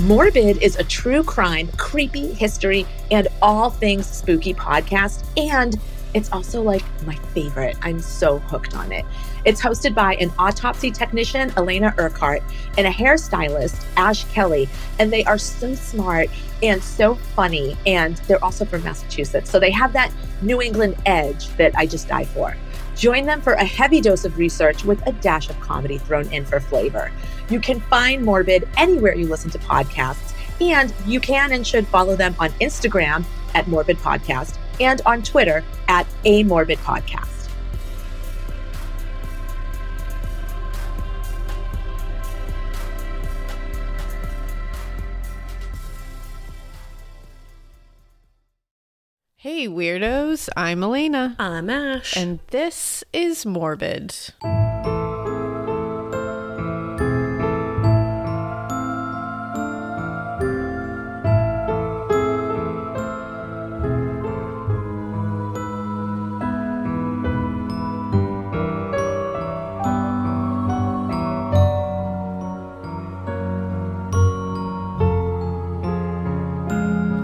Morbid is a true crime, creepy history, and all things spooky podcast. And it's also like my favorite. I'm so hooked on it. It's hosted by an autopsy technician, Elena Urquhart, and a hairstylist, Ash Kelly. And they are so smart and so funny. And they're also from Massachusetts. So they have that New England edge that I just die for. Join them for a heavy dose of research with a dash of comedy thrown in for flavor. You can find Morbid anywhere you listen to podcasts, and you can and should follow them on Instagram at Morbid Podcast and on Twitter at A Morbid Podcast. Hey, weirdos, I'm Elena. I'm Ash. And this is Morbid.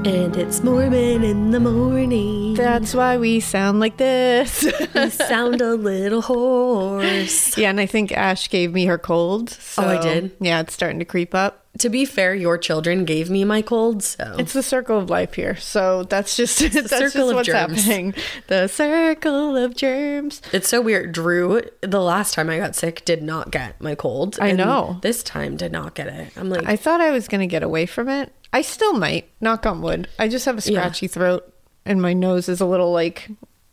and it's Mormon in the morning. That's why we sound like this. we sound a little hoarse. Yeah, and I think Ash gave me her cold. So, Oh, I did? Yeah, it's starting to creep up. To be fair, your children gave me my cold, so It's the circle of life here. So that's just that's just circle of what's germs. happening. The circle of germs. It's so weird. Drew, the last time I got sick, did not get my cold. I and know. This time did not get it. I'm like, I thought I was going to get away from it. I still might, knock on wood. I just have a Yeah. scratchy throat and my nose is a little like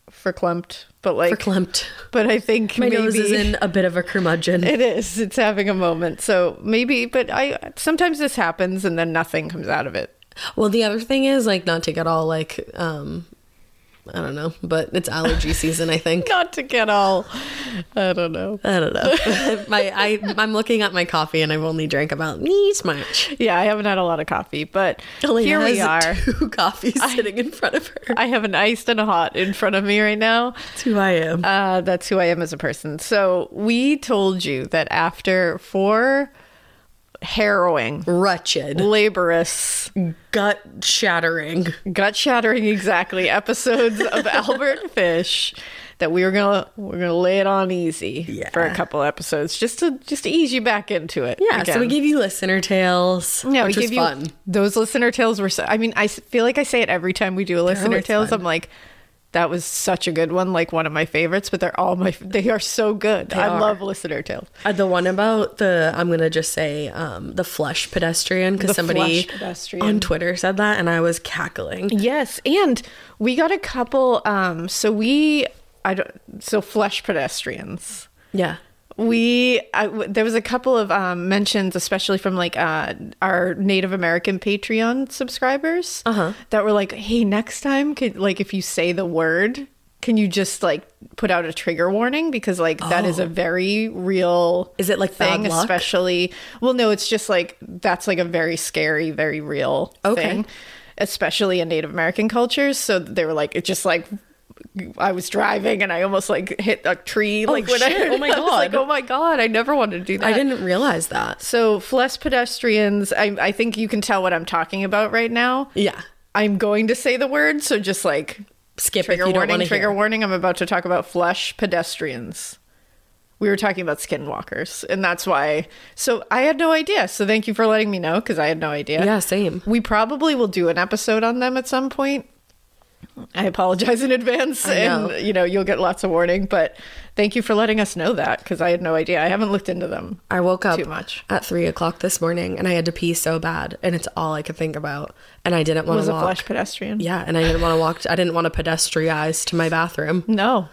verklempt, but like verklempt. But I think My maybe nose is in a bit of a curmudgeon. It is. It's having a moment. So maybe, but I sometimes this happens and then nothing comes out of it. well, the other thing is, like, not to get all, like, um, I don't know, but it's allergy season, I think. Not to get all, I don't know. I don't know. my I I'm looking at my coffee and I've only drank about neat much. Yeah, I haven't had a lot of coffee, but Elena here we has are. Two coffees sitting in front of her. I have an iced and a hot in front of me right now. That's who I am. Uh, that's who I am as a person. So we told you that after four harrowing, Wretched, laborious gut shattering. gut shattering exactly episodes of Albert Fish that we were gonna we're gonna lay it on easy Yeah. for a couple episodes just to just to ease you back into it. Yeah. So we again. gave you listener tales. yeah, which we was give you fun. those listener tales were. So, I mean, I s- feel like I say it every time we do a listener always tales. fun. I'm like, that was such a good one, like one of my favorites. But they're all my. f- They are so good. I are. love listener tales. Uh, the one about the I'm gonna just say um, the flush pedestrian The because somebody flush pedestrian. on Twitter said that and I was cackling. Yes, and we got a couple. Um, so we, I don't. So flesh pedestrians. Yeah. We I w there was a couple of um, mentions, especially from like uh, our Native American Patreon subscribers, uh-huh. that were like, "Hey, next time, could like if you say the word, can you just like put out a trigger warning because like that is a very real Oh. Is it, like, bad thing, luck? especially well, no, it's just like that's like a very scary, very real Okay. thing, especially in Native American cultures. So they were like, it just like. I was driving and I almost like hit a tree. Like when I, shit. Oh my I was like, God. oh my god, I never wanted to do that. I didn't realize that. So flesh pedestrians. I, I think you can tell what I'm talking about right now. Yeah. I'm going to say the word, so just like Skip trigger if you don't warning, want to trigger hear. warning. I'm about to talk about flesh pedestrians. We were talking about skinwalkers, and that's why. So I had no idea. So thank you for letting me know because I had no idea. Yeah, same. We probably will do an episode on them at some point. I apologize in advance, I know. and you know you'll get lots of warning. But thank you for letting us know that because I had no idea. I haven't looked into them. I woke up too much. at three o'clock this morning and I had to pee so bad and it's all I could think about. And I didn't want was to a walk. flesh pedestrian. Yeah, and I didn't want to walk. I didn't want to pedestrianize to my bathroom. No,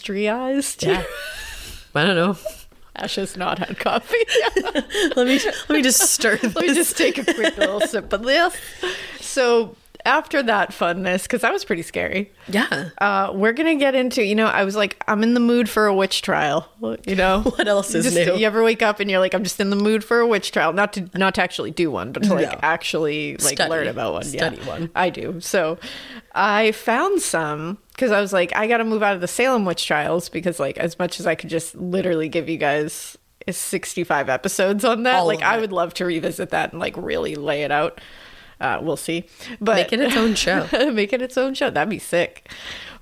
pedestrianized. Yeah. I don't know. Ash has not had coffee. Let me let me just stir. This. Let me just take a quick little sip of this. So after that funness, because that was pretty scary, Yeah. uh, we're gonna get into. You know, I was like, I'm in the mood for a witch trial. You know, What else is just, new? You ever wake up and you're like, I'm just in the mood for a witch trial, not to not to actually do one, but to like No. actually like Study. learn about one. Study yeah. one. I do. So I found some because I was like, I got to move out of the Salem witch trials because, like, as much as I could just literally give you guys is 65 episodes on that. All like of I it. would love to revisit that and like really lay it out. Uh, we'll see. But Make it its own show. make it its own show. That'd be sick.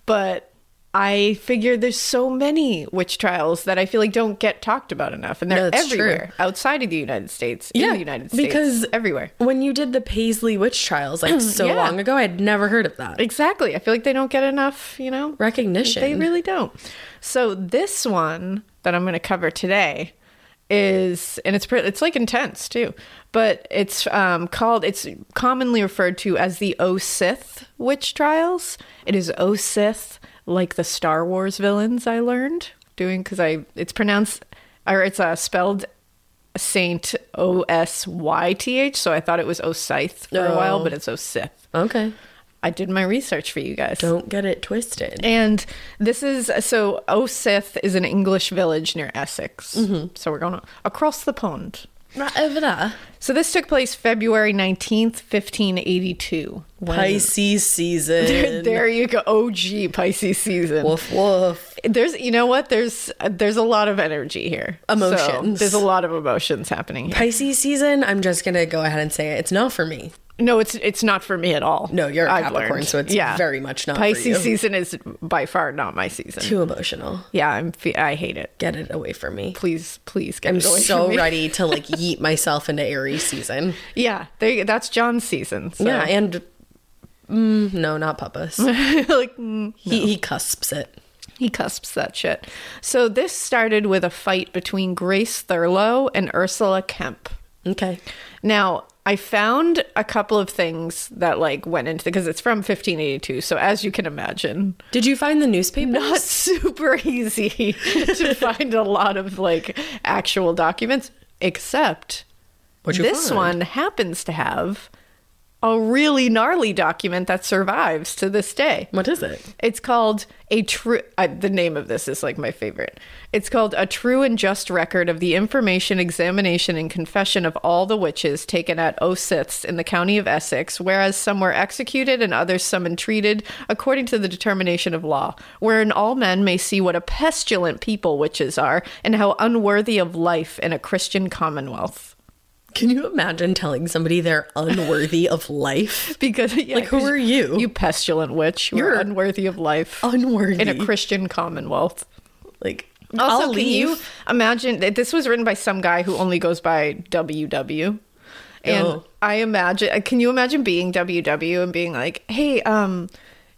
But I figured there's so many witch trials that I feel like don't get talked about enough, and they're That's true. everywhere outside of the United States, in the United States, because everywhere. When you did the Paisley witch trials like so Yeah. long ago, I'd never heard of that Exactly. I feel like they don't get enough, you know, recognition. They really don't. So this one that I'm going to cover today is, and it's pretty, it's like intense too, but it's um, called. It's commonly referred to as the O Sith witch trials. It is O Sith, like the Star Wars villains. I learned doing because I it's pronounced or it's uh, spelled. Saint O S Y T H, so I thought it was Osith for a while, Oh. but it's Osith. okay, I did my research for you guys. don't get it twisted. And this is so Osith is an English village near Essex. Mm-hmm. So we're going across the pond. Not over there. So this took place February 19th, 1582. Pisces season. There, there you go. OG Pisces season. Woof woof. There's, you know what? There's, there's a lot of energy here. So Emotions. there's a lot of emotions happening. Here. Pisces season. I'm just gonna go ahead and say it. It's not for me. No, it's it's not for me at all. No, you're a I've Capricorn, so it's very much not for Pisces you. season is by far not my season. Too emotional. Yeah, I'm. fe- I hate it. Get it away from me. Please, please get I'm it away from so me. ready to like yeet myself into Aries season. Yeah, they, that's John's season. So. Yeah, and mm, no, not Papa's. like mm, he, he cusps it. he cusps that shit. So this started with a fight between Grace Thurlow and Ursula Kemp. Okay. Now I found a couple of things that like went into because it's from 1582. So as you can imagine, Did you find the newspaper? not super easy to find a lot of like actual documents. Except What'd you this find? one happens to have a really gnarly document that survives to this day. What is it? It's called a true. Uh, the name of this is like my favorite. It's called a true and just record of the information, examination, and confession of all the witches taken at Osith's in the county of Essex, whereas some were executed and others some entreated, according to the determination of law, wherein all men may see what a pestilent people witches are, and how unworthy of life in a Christian commonwealth. Can you imagine telling somebody they're unworthy of life? Because yeah, Like, who 'cause are you? You pestilent witch. You're, You're unworthy of life. Unworthy. in a Christian commonwealth. like, Also, I'll can leave. you imagine that this was written by some guy who only goes by WW? And Oh. I imagine, uh, can you imagine being WW and being like, hey, um,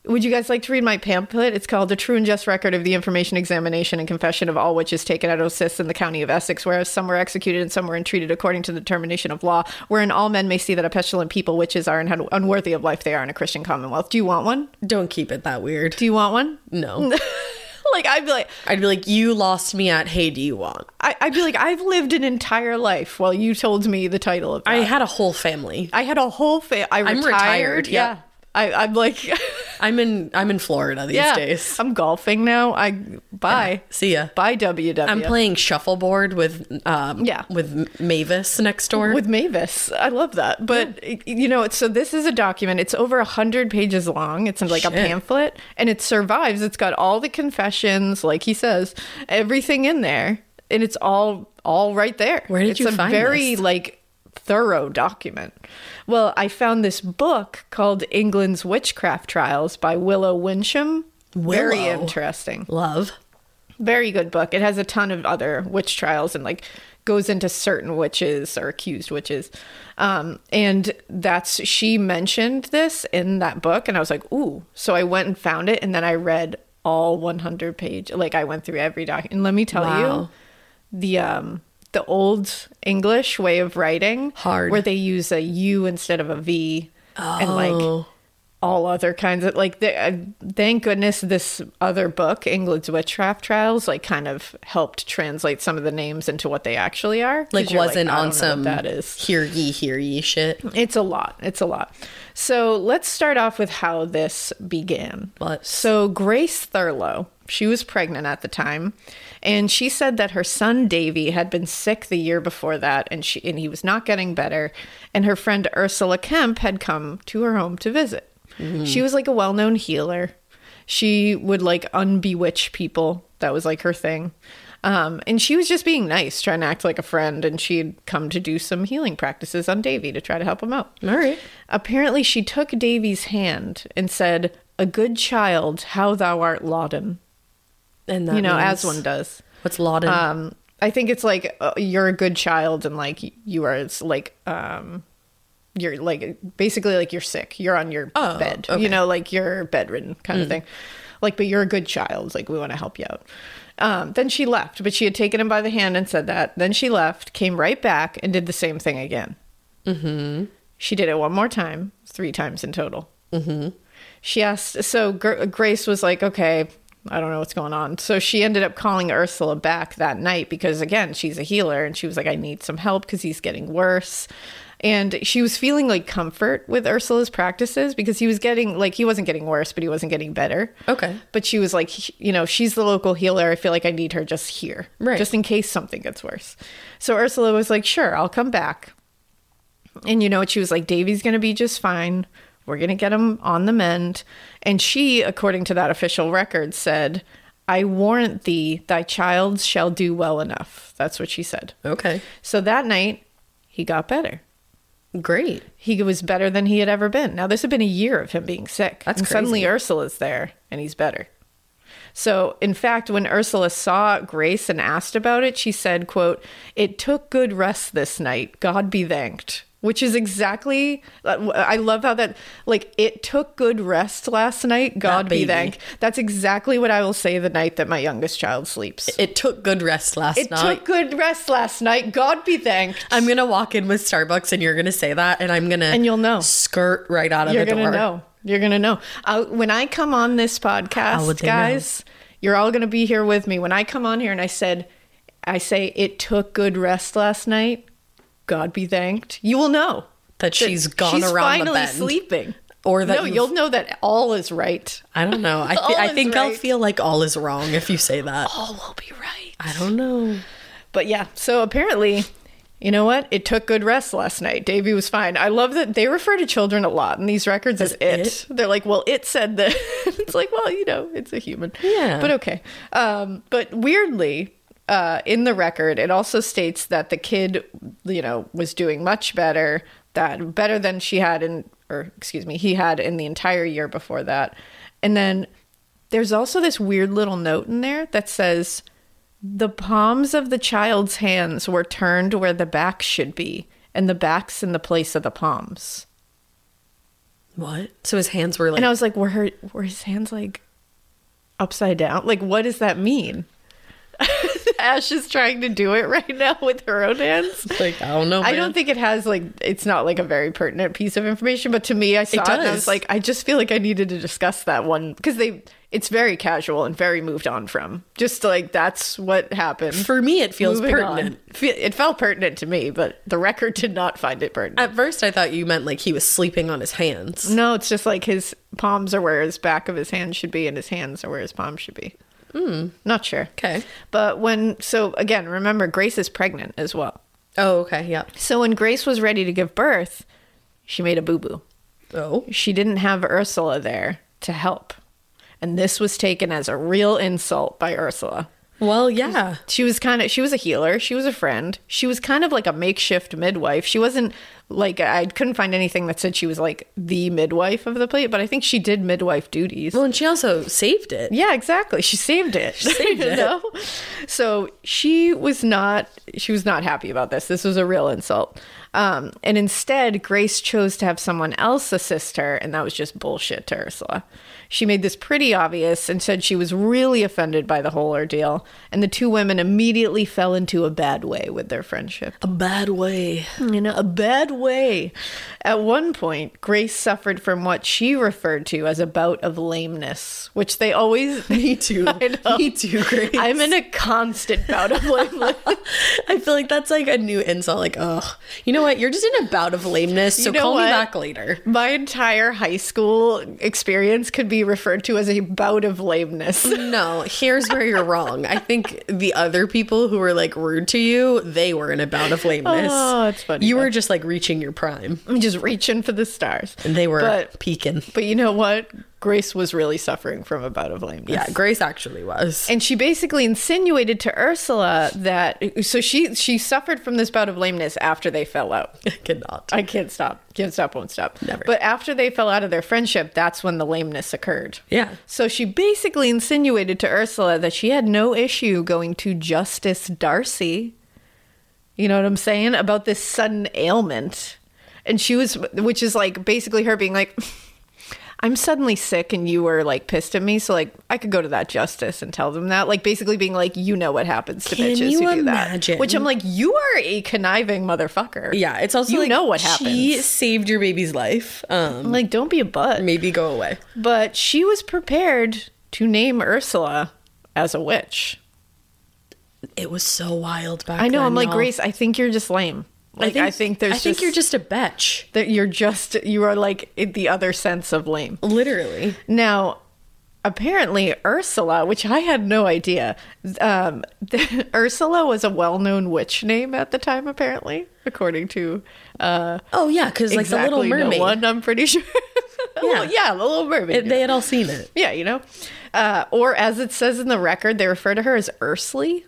would you guys like to read my pamphlet? It's called The True and Just Record of the Information Examination and Confession of All Witches Taken at Osis in the County of Essex, whereas some were executed and some were entreated according to the determination of law, wherein all men may see that a pestilent people witches are and how unworthy of life they are in a Christian commonwealth. Do you want one? Don't keep it that weird. Do you want one? No. Like, I'd be like, I'd be like, you lost me at Hey, do you want? I, I'd be like, I've lived an entire life while you told me the title of that. I I, had a whole family. had a whole fa- I I'm retired. retired, yeah. yep. I, I'm like, I'm in I'm in Florida these yeah. days. I'm golfing now. I bye. See ya. Bye WW. I'm playing shuffleboard with um Yeah. with Mavis next door. with Mavis. I love that. But you know, it's so this is a document. It's over a hundred pages long. It's like a Shit. pamphlet, and it survives. It's got all the confessions, like he says, everything in there, and it's all all right there. Where did it's you a find very this? like thorough document. Well, I found this book called England's Witchcraft Trials by Willow Winsham. Very Willow. interesting Love. very good book. It has a ton of other witch trials and like goes into certain witches or accused witches. Um, and that's she mentioned this in that book, and I was like, ooh. So I went and found it, and then I read all 100 page. Like I went through every doc. And let me tell Wow. you, the um the old English way of writing Hard. where they use a U instead of a V, and Oh. like. All other kinds of like, the, uh, thank goodness this other book, England's Witchcraft Trials, like kind of helped translate some of the names into what they actually are. 'Cause Like you're wasn't I don't know on what some that is hear ye hear ye shit. it's a lot. It's a lot. So let's start off with how this began. Let's. So Grace Thurlow, she was pregnant at the time, and she said that her son Davy had been sick the year before that, and she and he was not getting better. And her friend Ursula Kemp had come to her home to visit. She was like a well-known healer. She would like unbewitch people. That was like her thing. Um, and she was just being nice, trying to act like a friend. And she had come to do some healing practices on Davy to try to help him out. All right. Apparently, she took Davy's hand and said, A good child, how thou art lauded. And that You know, means- as one does. What's lauded? Um, I think it's like uh, you're a good child and like you are, it's like, um, you're like basically like you're sick. You're on your Oh, bed. okay. Hmm. You know, like you're bedridden kind of thing. Like, but you're a good child. Like, we want to help you out. Um, then she left, but she had taken him by the hand and said that. Then she left, came right back, and did the same thing again. She did it one more time, three times in total. Mm-hmm. She asked, so Gr- Grace was like, okay, I don't know what's going on. So she ended up calling Ursula back that night because, again, she's a healer and she was like, I need some help because he's getting worse. And she was feeling like comfort with Ursula's practices because he was getting, like, he wasn't getting worse, but he wasn't getting better. Okay. But she was like, he- you know, she's the local healer. I feel like I need her just here, Right. Just in case something gets worse. So Ursula was like, sure, I'll come back. And you know what? She was like, Davy's going to be just fine. We're going to get him on the mend. And she, according to that official record, said, I warrant thee, thy child shall do well enough. That's what she said. okay. So that night, he got better. Great. He was better than he had ever been. Now, this had been a year of him being sick. That's and suddenly crazy. Ursula's there and he's better. So, in fact, when Ursula saw Grace and asked about it, she said, quote, "It took good rest this night. God be thanked." Which is exactly I love how that like it took good rest last night. God be baby. thanked. That's exactly what I will say the night that my youngest child sleeps. It, It took good rest last night. took good rest last night. God be thanked. I'm gonna walk in with Starbucks and you're gonna say that and I'm gonna And you'll know. skirt right out of You're the door. gonna know. You're gonna know. Uh, when I come on this How Oh, would podcast, they know? guys, you're all gonna be here with me. When I come on here and I said, I say it took good rest last night. God be thanked. You will know that she's gone she's around finally the bend. sleeping. Or that no, you've- you'll know that all is right. I don't know. I, All th- I is think I'll right. feel like all is wrong if you say that. All will be right. I don't know. But yeah, so apparently, you know what? It took good rest last night. Davey was fine. I love that they refer to children a lot in these records as, it. it? They're like, well, it said that. it's like, well, you know, it's a human. Yeah. But okay. Um, but weirdly, uh, in the record, it also states that the kid, you know, was doing much better, that better than she had in, or excuse me, he had in the entire year before that. And then there's also this weird little note in there that says, the palms of the child's hands were turned where the back should be, and the back's in the place of the palms. What? So his hands were like And I was like, were her were his hands like upside down? Like what does that mean? Ash is trying to do it right now with her own hands. like I don't know. I don't think it has like it's not like a very pertinent piece of information, but to me I saw it, and I does. was like, I just feel like I needed to discuss that one because they it's very casual and very moved on from. Just like that's what happened. For me, it feels Moving on. pertinent. Fe- It felt pertinent to me, but the record did not find it pertinent. At first, I thought you meant like he was sleeping on his hands. no, it's just like his palms are where his back of his hand should be, and his hands are where his palms should be. Mm. Not sure. Hmm. Okay. But when, so again, remember, Grace is pregnant as well. Oh, okay. Yeah. So when Grace was ready to give birth, she made a boo boo. Oh. She didn't have Ursula there to help. And this was taken as a real insult by Ursula. Well, yeah. she was kind of she was a healer she was a friend she was kind of like a makeshift midwife she wasn't like i couldn't find anything that said she was like the midwife of the plate but i think she did midwife duties Well, and she also saved it. yeah exactly she saved it saved You it. know? so she was not she was not happy about this this was a real insult um, and instead grace chose to have someone else assist her and that was just bullshit to ursula she made this pretty obvious and said she was really offended by the whole ordeal and the two women immediately fell into a bad way with their friendship A bad way. in a bad way. At one point, Grace suffered from what she referred to as a bout of lameness, which they always. Me too. I know. Me too, Grace. I'm in a constant bout of lameness. I feel like that's like a new insult. Like, oh, you know what? You're just in a bout of lameness. So You know call what? me back later. My entire high school experience could be referred to as a bout of lameness. No, here's where you're wrong. I think the other people who were like rude to you, they were in a bout of lameness. Oh, that's funny, You though. were just like reaching your prime, I'm just reaching for the stars. and they were But, peaking. but you know what? Grace was really suffering from a bout of lameness. Yeah, Grace actually was. And she basically insinuated to Ursula that so she she suffered from this bout of lameness after they fell out. I cannot. I can't stop. Can't stop, won't stop. Never. But after they fell out of their friendship, that's when the lameness occurred. Yeah. So she basically insinuated to Ursula that she had no issue going to Justice Darcy. You know what I'm saying? About this sudden ailment. And she was, which is like basically her being like, I'm suddenly sick and you were like pissed at me. So, like, I could go to that justice and tell them that. Like, basically being like, you know what happens to Can bitches you who do imagine? that. Which I'm like, you are a conniving motherfucker. Yeah, it's also you like know what She happens. saved your baby's life. Um, Like, don't be a butt. maybe go away. But she was prepared to name Ursula as a witch. It was so wild back. I know. then, I'm like y'all. Grace. I think you're just lame. Like I think, there's. I think you're just a betch. that you're just you are like in the other sense of lame. Literally. Now, apparently Ursula, which I had no idea, um, Ursula was a well-known witch name at the time. Apparently, according to uh, Oh yeah, because like the Little exactly no Mermaid. one, I'm pretty sure. The Little- Yeah. yeah, the Little Mermaid. It- they had all seen it. yeah, you know, uh, or as it says in the record, they refer to her as Ursly.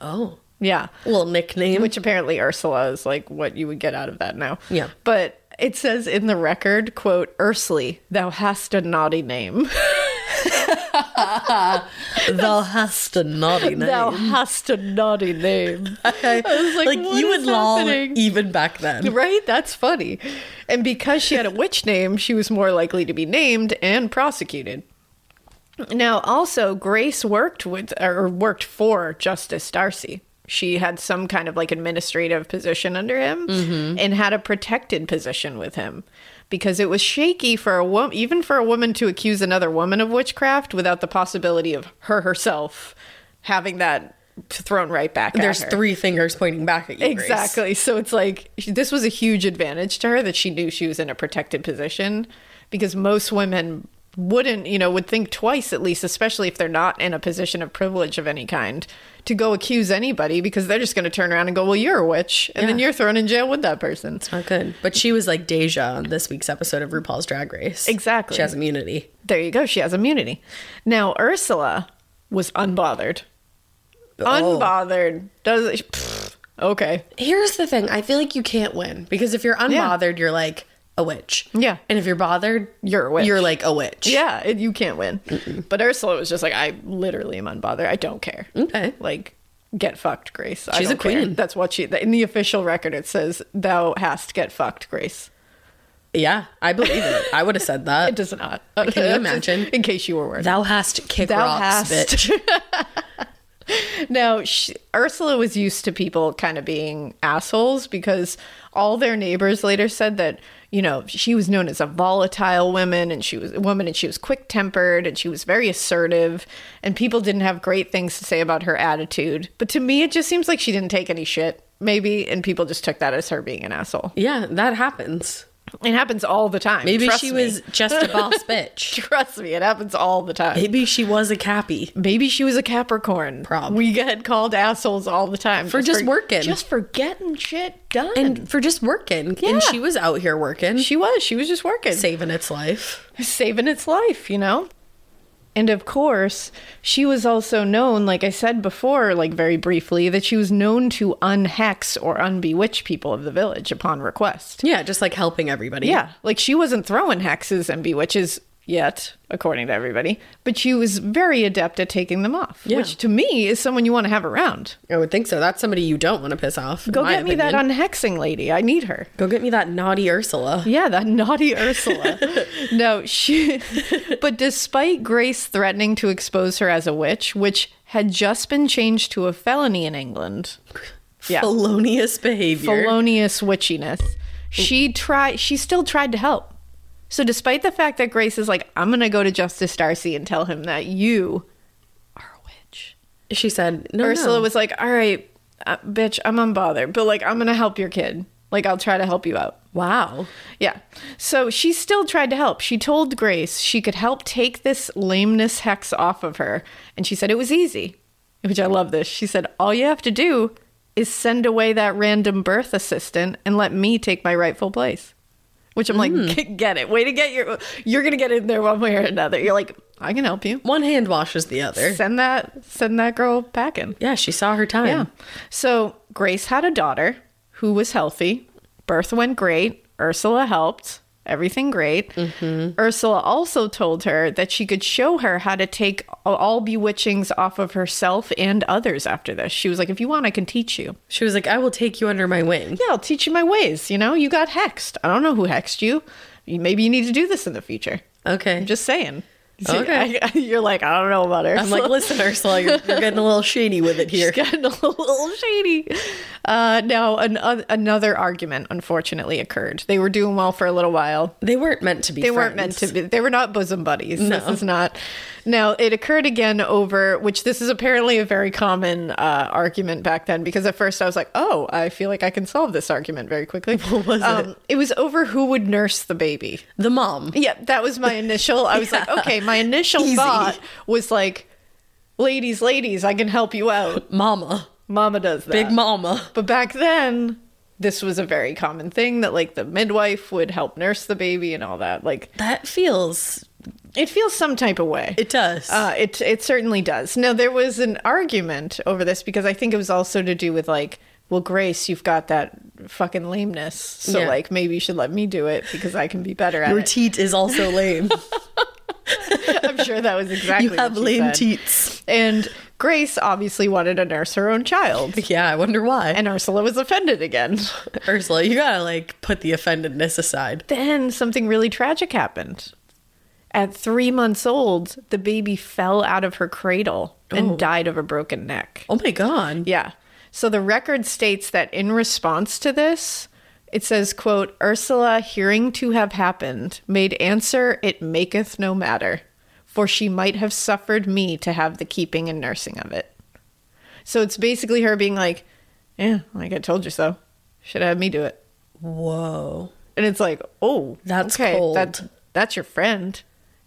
Oh, Yeah. little nickname. Which apparently Ursula is like what you would get out of that now. Yeah. But it says in the record, quote, Ursly, thou hast a naughty name. thou hast a naughty name. Thou hast a naughty name. I was like, what you is would lol happening? even back then. right? That's funny. And because she had a witch name, she was more likely to be named and prosecuted. Now, also, Grace worked with or worked for Justice Darcy. She had some kind of like administrative position under him Mm-hmm. and had a protected position with him because it was shaky for a woman, even for a woman to accuse another woman of witchcraft without the possibility of her herself having that thrown right back at There's her. three fingers pointing back at you. Grace. Exactly. So it's like sh- this was a huge advantage to her that she knew she was in a protected position because most women wouldn't, you know, would think twice at least, especially if they're not in a position of privilege of any kind, to go accuse anybody because they're just going to turn around and go, well, you're a witch. And then Yeah. you're thrown in jail with that person. Not good. But she was like Deja on this week's episode of RuPaul's Drag Race. Exactly. She has immunity. There you go. She has immunity. Now, Ursula was unbothered. Oh. Unbothered. Does pfft, okay. Here's the thing. I feel like you can't win because if you're unbothered, you're like a witch. Yeah. And if you're bothered, You're a witch. You're like a witch. Yeah, it, you can't win. But Ursula was just like, I literally am unbothered. I don't care. Okay. Like, get fucked, Grace. I She's don't a care. queen. That's what she, in the official record, it says, Thou hast get fucked, Grace. Yeah. I believe it. I would have said It that. does not. Can you imagine? In case you were worried. Thou hast kick Thou rocks, hast. bitch. Now, sh Ursula was used to people kind of being assholes because all their neighbors later said that you know she was known as a volatile woman and she was woman and she was quick tempered and she was very assertive and people didn't have great things to say about her attitude. But to me, it just seems like she didn't take any shit. Maybe, and people just took that as her being an asshole. Yeah, that happens. It happens all the time. Maybe Trust she me. was just a boss bitch. Trust me, it happens all the time. Maybe she was a cappy. Maybe she was a Capricorn. Prob. We get called assholes all the time For just working. just for getting shit done. And for just working. Yeah. And she was out here working, she was. She was just working, saving its life. saving its life. You know. And of course, she was also known, like I said before, like very briefly, that she was known to unhex or unbewitch people of the village upon request. Yeah, just like helping everybody. Yeah, like she wasn't throwing hexes and bewitches yet, according to everybody, but she was very adept at taking them off, Yeah. which to me is someone you want to have around. I would think so. That's somebody you don't want to piss off. in Go my get me that opinion. unhexing lady. I need her. Go get me that naughty Ursula. Yeah, that naughty Ursula. no, she. But despite Grace threatening to expose her as a witch, which had just been changed to a felony in England, Yeah. Felonious behavior. felonious witchiness, she tried. She still tried to help. So despite the fact that Grace is like, I'm gonna go to Justice Darcy and tell him that you are a witch. she said, no, Ursula no. was like, All right, uh, bitch, I'm unbothered, but like, I'm gonna help your kid. Like, I'll try to help you out. wow. Yeah. So she still tried to help. She told Grace she could help take this lameness hex off of her. And she said it was easy, which I love this. She said, All you have to do is send away that random birth assistant and let me take my rightful place. which I'm like, "Get- get it. Way to get your, you're going to get in there one way or another. You're like, I can help you. One hand washes the other. Send that, send that girl packing. Yeah, she saw her time. Yeah. So Grace had a daughter who was healthy. Birth went great. Ursula helped. Everything great. Mm-hmm. Ursula also told her that she could show her how to take all bewitchings off of herself and others after this. She was like, if you want, I can teach you. She was like, I will take you under my wing. Yeah, I'll teach you my ways. You know, you got hexed. I don't know who hexed you. You- Maybe you need to do this in the future. Okay. I'm just saying. Okay. I- you're like, I don't know about her. I'm like, listen, Ursula, you're, you're getting a little shady with it here. She's gotten a little shady. Uh, now, an, another argument, unfortunately, occurred. They were doing well for a little while. They weren't meant to be. They weren't meant to be. They were not bosom buddies. This No. is not. Now, it occurred again over, which this is apparently a very common uh, argument back then, because at first I was like, oh, I feel like I can solve this argument very quickly. What was it? it? It was over who would nurse the baby. The mom. Yeah, that was my initial. I was like, okay, my initial Easy. thought was like, ladies, ladies, I can help you out. Mama. Mama does that. Big mama. But back then, this was a very common thing that like the midwife would help nurse the baby and all that. Like That feels. it feels some type of way. It does. Uh, it it certainly does. Now there was an argument over this because I think it was also to do with like, well, Grace, you've got that fucking lameness, so Yeah. like maybe you should let me do it because I can be better at Your it. teat is also lame. I'm sure that was exactly you have what she lame said. teats. And Grace obviously wanted to nurse her own child, Yeah, I wonder why. and Ursula was offended again. Ursula, you gotta like put the offendedness aside. then something really tragic happened. At three months old, the baby fell out of her cradle and died of a broken neck. Oh my god. Yeah. So the record states that in response to this, it says, quote, Ursula, hearing to have happened, made answer, it maketh no matter, for she might have suffered me to have the keeping and nursing of it. So it's basically her being like, yeah, like I told you so. Should have had me do it. Whoa. And it's like, oh, That's okay, cold. That's that's your friend,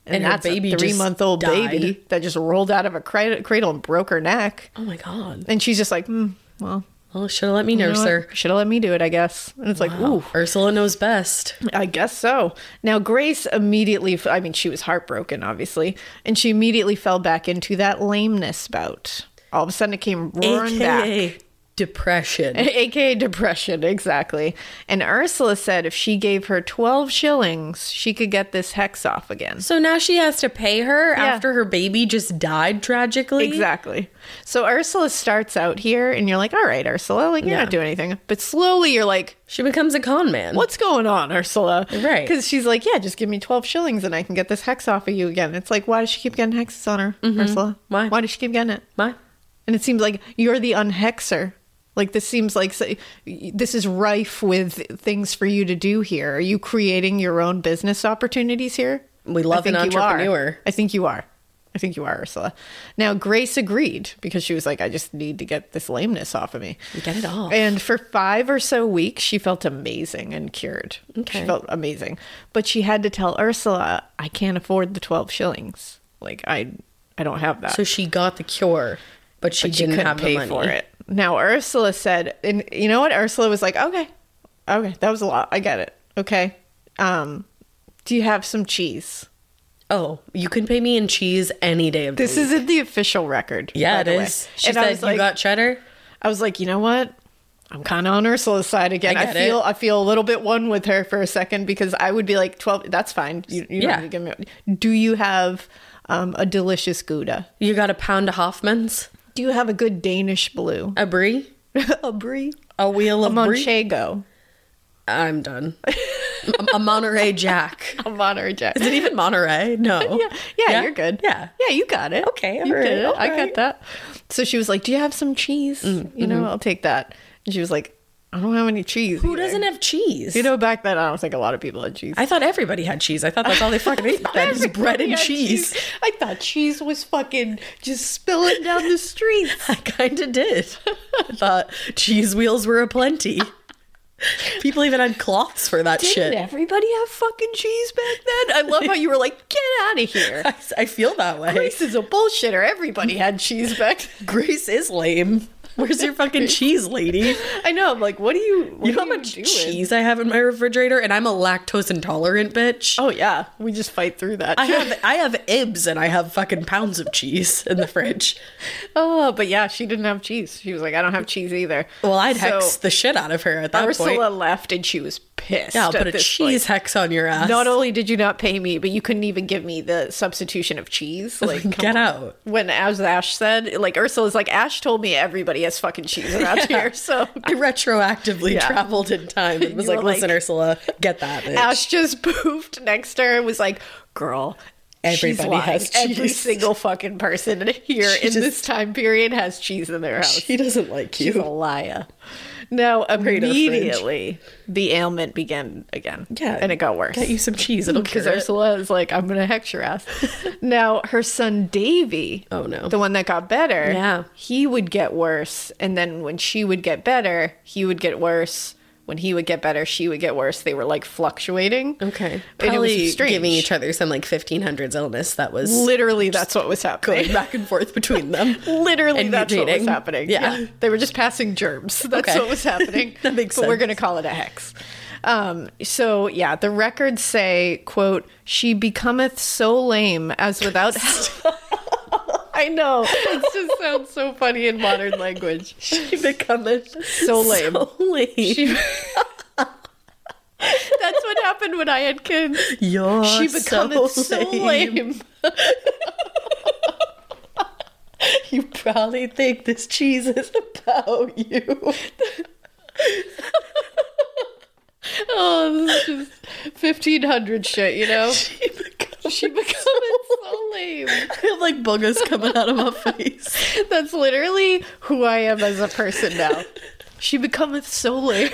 and, And her that's baby a just three month old died. baby that just rolled out of a cra- cradle and broke her neck, Oh my god. and she's just like, hmm, well, Well, should have let me nurse her. should have let me do it, I guess. And it's like, ooh, Ursula knows best. I guess so. Now, Grace immediately, I mean, she was heartbroken, obviously, and she immediately fell back into that lameness bout. All of a sudden, it came roaring back. AKA depression. AKA depression, exactly. And Ursula said if she gave her 12 shillings, she could get this hex off again. So now she has to pay her after her baby just died tragically. Exactly. So Ursula starts out here, and you're like, all right, Ursula, like, you're Yeah. not doing anything. But slowly you're like, She becomes a con man. what's going on, Ursula? Right. Because she's like, yeah, just give me 12 shillings and I can get this hex off of you again. It's like, why does she keep getting hexes on her, Ursula? Mm-hmm. Why? Why does she keep getting it? My And it seems like you're the unhexer. Like this seems like so- this is rife with things for you to do here. Are you creating your own business opportunities here? We love I an think you are. entrepreneur. I think you are. I think you are, Ursula. Now, Grace agreed because she was like, I just need to get this lameness off of me. Get it off. And for five or so weeks, she felt amazing and cured. Okay. She felt amazing. But she had to tell Ursula, I can't afford the 12 shillings. Like, I, I don't have that So she got the cure, but she but she didn't couldn't have pay the money. for it. Now Ursula said, and you know what? Ursula was like, okay, okay, that was a lot. I get it. Okay, um, do you have some cheese? Oh, you can pay me in cheese any day of the This week. isn't the official record. yeah, by it the way. is. She and I said was you like, got cheddar. I was like, you know what? I'm kind of on Ursula's side again. I I, get feel it. I feel a little bit one with her for a second because I would be like twelve. That's fine. You, you Yeah. don't need to give me. Do you have um, a delicious Gouda? You got a pound of Hoffman's, Do you have a good Danish blue? a brie, a brie, a wheel a of brie. Manchego, I'm done. a, a Monterey Jack. a Monterey Jack. Is it even Monterey? No. yeah, yeah, you're good. Yeah. yeah, you got it. Okay, you all right, did it. all I got right. Mm, mm-hmm. that. So she was like, "Do you have some cheese? you know, I'll take that." And she was like, "I don't have any cheese." Who doesn't have cheese? You know, back then, I don't think a lot of people had cheese. I thought everybody had cheese. I thought that's all they fucking ate. That is bread and Yeah, cheese. I thought cheese was fucking just spilling down the streets. I kind of did. I thought cheese wheels were aplenty. People even had cloths for that Didn't shit. everybody have fucking cheese back then? I love how you were like, "Get out of here." I, I feel that way. Grace is a bullshitter. Everybody had cheese back then. Grace is lame. Where's your fucking cheese, lady? I know. I'm like, what do you? What You know are how much doing? cheese I have in my refrigerator, and I'm a lactose intolerant bitch. Oh yeah, we just fight through that. I have I have ibs, and I have fucking pounds of cheese in the fridge. oh, but yeah, she didn't have cheese. She was like, I don't have cheese either. Well, I'd So, hex the shit out of her at that point. Ursula left, and she was pissed. Yeah, I'll at put a this cheese point. hex on your ass. Not only did you not pay me, but you couldn't even give me the substitution of cheese. Like, come Get on. out. When as Ash said, like Ursula's like Ash told me everybody has fucking cheese around here, so I retroactively Yeah. traveled in time and was You like, were listen, like- Ursula, get that. Bitch. Ash just poofed next to her and was like, "Girl, she's Everybody lying. has Every cheese." single fucking person here She in this just- time period has cheese in their house. she doesn't like She's a you. liar. No, her fridge. immediately the ailment began again. Yeah. and it got worse Get you some cheese. It'll because cure it. Ursula is like, "I'm gonna hex your ass." now her son Davy, Oh, no. the one that got better, Yeah. he would get worse, and then when she would get better, he would get worse. When he would get better, she would get worse. They were like fluctuating. Okay. and it Probably was strange. giving each other some like 1500s illness that was Literally, that's what was going happening. back and forth between them. Literally, And that's what was mutating. happening. Yeah. they were just passing germs. That's Okay. what was happening. That makes But we're sense. going to call it a hex. Um, so yeah, the records say, "quote She becometh so lame as without." I know it just sounds so funny in modern language. She becometh So lame. So lame. She- That's what happened when I had kids. You're she becometh so lame. You probably think this cheese is about you. Oh, this is just fifteen hundred shit. You know, She becometh she becometh so lame. I have like boogers coming out of my face. That's literally who I am as a person now. She becometh so lame.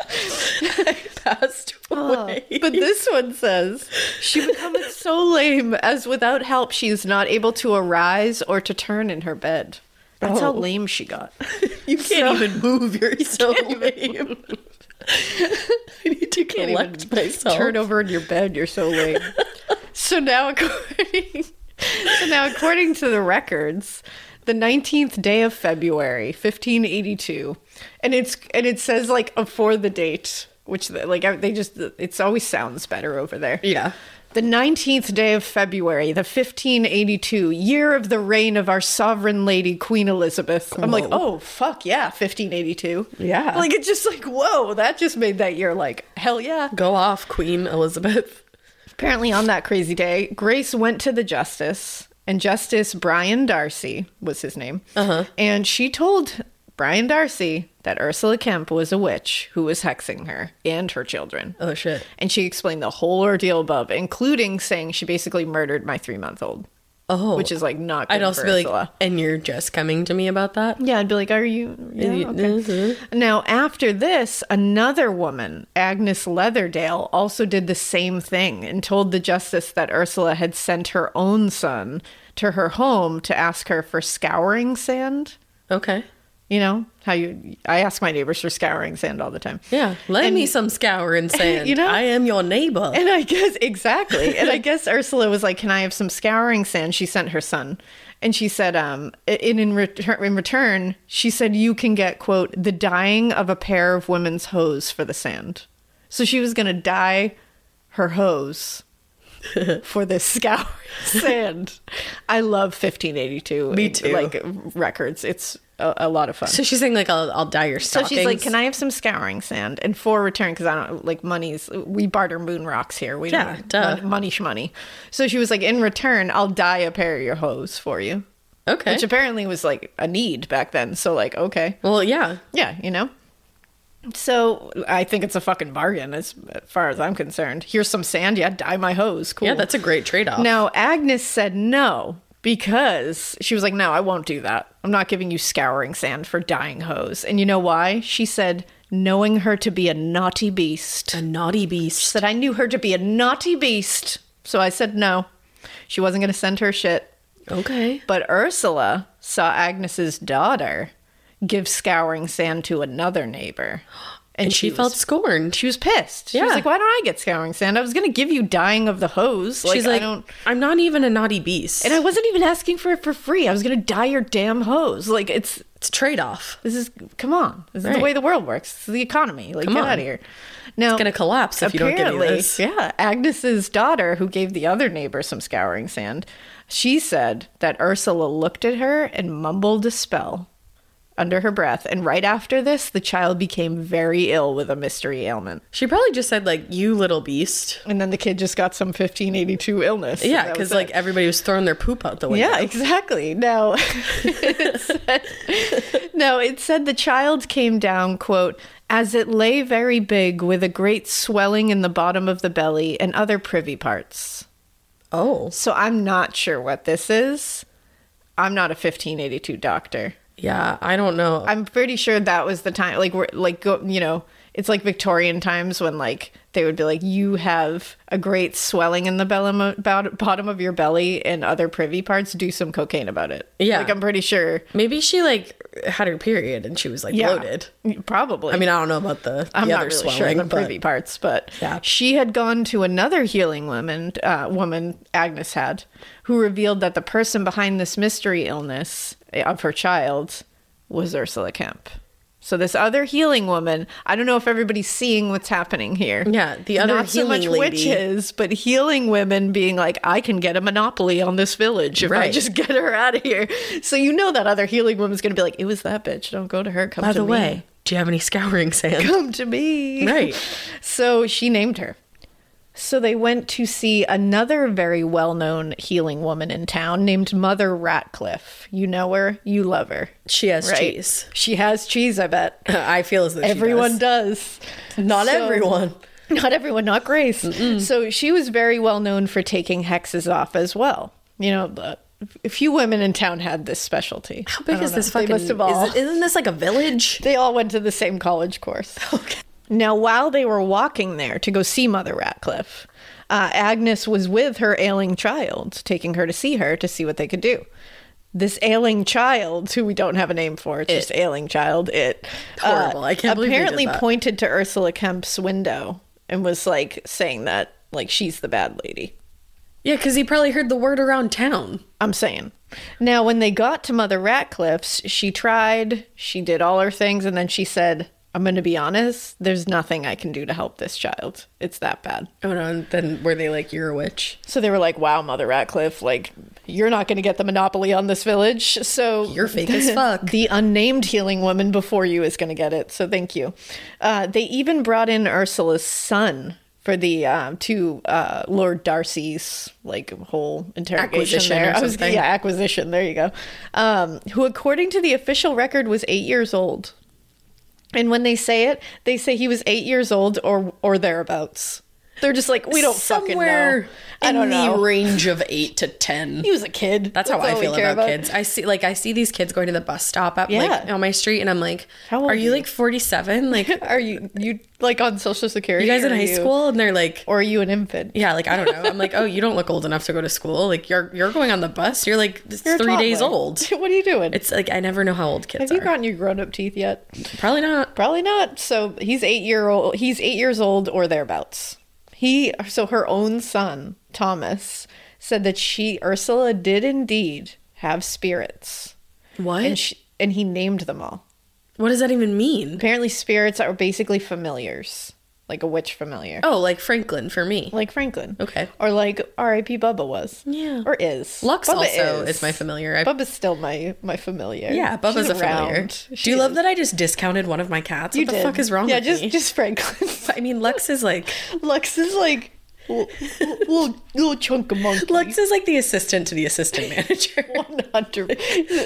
I passed away. Ah, But this one says, She becometh so lame as without help she is not able to arise or to turn in her bed. That's how Oh. lame she got. you can't So- even move. You're so lame. I need to Can't even collect myself. Turn over in your bed, you're so lame. so now according So now according to the records, the 19th day of February, 1582. And it's and it says like before the date, which like they just it's always sounds better over there. Yeah. The 19th day of February, the 1582, year of the reign of our sovereign lady, Queen Elizabeth. I'm like, Whoa. oh, fuck yeah, 1582. Yeah. Like, it's just like, whoa, that just made that year like, hell yeah. Go off, Queen Elizabeth. Apparently, on that crazy day, Grace went to the justice, and Justice Brian Darcy was his name. Uh-huh. And she told Brian Darcy that Ursula Kemp was a witch who was hexing her and her children. Oh, shit. And she explained the whole ordeal above, including saying she basically murdered my three month old. Oh. Which is like not good I'd also for be like, Ursula. and you're just coming to me about that? Yeah, I'd be like, are you? Yeah, you- okay. mm-hmm. Now, after this, another woman, Agnes Leatherdale, also did the same thing and told the justice that Ursula had sent her own son to her home to ask her for scouring sand. Okay. You know how you? I ask my neighbors for scouring sand all the time. Yeah. Lend And- me some scour and sand. You know? I am your neighbor. And I guess exactly. And I guess Ursula was like, "Can I have some scouring sand?" She sent her son, and she said, "Um, in in, retur- in return, she said you can get quote the dyeing of a pair of women's hose for the sand." So she was gonna dye her hose for this scouring sand. I love 1582. Me and, too. Like records, it's a, a lot of fun. so she's saying, like, I'll, I'll dye your So stockings. she's like, "Can I have some scouring sand?" And for return, because I don't like monies. We barter moon rocks here. We Yeah, don't duh. mon- money shmoney. So she was like, "In return, I'll dye a pair of your hose for you," Okay. which apparently was like a need back then. So like, okay, well, yeah. yeah, you know. So I think it's a fucking bargain as far as I'm concerned. Here's some sand. Yeah, dye my hose. Cool. Yeah, that's a great trade off. Now, Agnes said no because she was like, No, I won't do that. I'm not giving you scouring sand for dying hose. And you know why? She said, Knowing her to be a naughty beast. A naughty beast. Said, I knew her to be a naughty beast. So I said no. She wasn't going to send her shit. Okay. But Ursula saw Agnes's daughter give scouring sand to another neighbor and, And she, was- felt scorned. she was pissed. She Yeah. was like, "Why don't I get scouring sand? I was gonna give you dying of the hose." Like, She's like, I don't. I'm not even a naughty beast. And I wasn't even asking for it for free. I was gonna dye your damn hose. Like it's it's trade off. this is come on. This is Right. the way the world works. This is the economy. Like Come get on. out of here. No, It's gonna collapse if you don't give me this. Yeah, Agnes's daughter, who gave the other neighbor some scouring sand, she said that Ursula looked at her and mumbled a spell under her breath. And right after this, the child became very ill with a mystery ailment. She probably just said like, "You little beast." And then the kid just got some 1582 illness. Yeah, That was because it. like everybody was throwing their poop out the window. Yeah, exactly. No. It said- no, it said the child came down, quote, as it lay very big with a great swelling in the bottom of the belly and other privy parts. Oh. So I'm not sure what this is. I'm not a 1582 doctor. Yeah, I don't know. I'm pretty sure that was the time, like, we're, like, go, you know, it's like Victorian times when, like, they would be like, you have a great swelling in the bellum, bo- bottom of your belly and other privy parts. Do some cocaine about it. Yeah. Like, I'm pretty sure. Maybe she like had her period and she was like Yeah. bloated. Probably. I mean, I don't know about the, I'm the not other really sure swelling, the but privy parts, but Yeah. she had gone to another healing woman, uh, woman Agnes had, who revealed that the person behind this mystery illness eh, of her child was Ursula Kemp. So this other healing woman, I don't know if everybody's seeing what's happening here. Yeah, the other not so much healing lady- witches, but healing women being like, I can get a monopoly on this village if I Right. just get her out of here. So you know that other healing woman's going to be like, it was that bitch. Don't go to her. Come by to the me." way, do you have any scouring sand? come to me. Right. so she named her. So they went to see another very well known healing woman in town named Mother Ratcliffe. You know her, you love her. She has right? cheese. She has cheese, I bet. I feel as though she Everyone does. does. Not everyone. Not everyone, not Grace. So she was very well known for taking hexes off as well. You know, but a few women in town had this specialty. How big is this They fucking? must have all- Is, isn't this like a village? they all went to the same college course. Okay. Now, while they were walking there to go see Mother Ratcliffe, uh, Agnes was with her ailing child, taking her to see her to see what they could do. This ailing child, who we don't have a name for, it's just ailing child. It uh, Horrible. I can't believe they did apparently that. pointed to Ursula Kemp's window and was like saying that like she's the bad lady. Yeah, because he probably heard the word around town. I'm saying. Now, when they got to Mother Ratcliffe's, she tried, she did all her things, and then she said, I'm going to be honest, there's nothing I can do to help this child. It's that bad. Oh no! And then were they like, "You're a witch. So they were like, wow, Mother Ratcliffe, like, you're not going to get the monopoly on this village. So You're fake as fuck." The unnamed healing woman before you is going to get it. So thank you. Uh, they even brought in Ursula's son for the um, to uh, Lord Darcy's like whole interrogation Acquisition there. or I was something. yeah, acquisition. There you go. Um, who, according to the official record, was eight years old. And when they say it, they say he was eight years old or or thereabouts. They're just like, we don't Somewhere fucking know. I don't in the know. range of eight to ten. He was a kid. That's, how all I we feel care about, kids. I see like I see these kids going to the bus stop at like Yeah. on my street and I'm like, How old are are you you?" like 47? Like you Are you you like on social security? guys in or are high you- school? And they're like or are you an infant? yeah, like I don't know. I'm like, oh, you don't look old enough to go to school. Like you're you're going on the bus. You're like it's You're a three days toddler. old. what are you doing? It's like I never know how old kids Have you are. gotten your grown up teeth yet? Probably not. Probably not. So he's eight year old. He's eight years old or thereabouts. He so her own son Thomas said that she Ursula did indeed have spirits, What? and she, and he named them all. what does that even mean? Apparently, spirits are basically familiars, like a witch familiar, Oh, like Franklin for me. like Franklin. Okay. Or like R.I.P. Bubba was. Yeah. Or is. Lux Bubba also is my familiar. I- Bubba's still my my familiar. yeah, Bubba's She's a familiar. around. She Do you love is. that I just discounted one of my cats? You what the did. fuck is wrong Yeah, with just me? just Franklin. I mean, Lux is like Lux is like l- l- little little chunk of monkey. Lux is like the assistant to the assistant manager. one hundred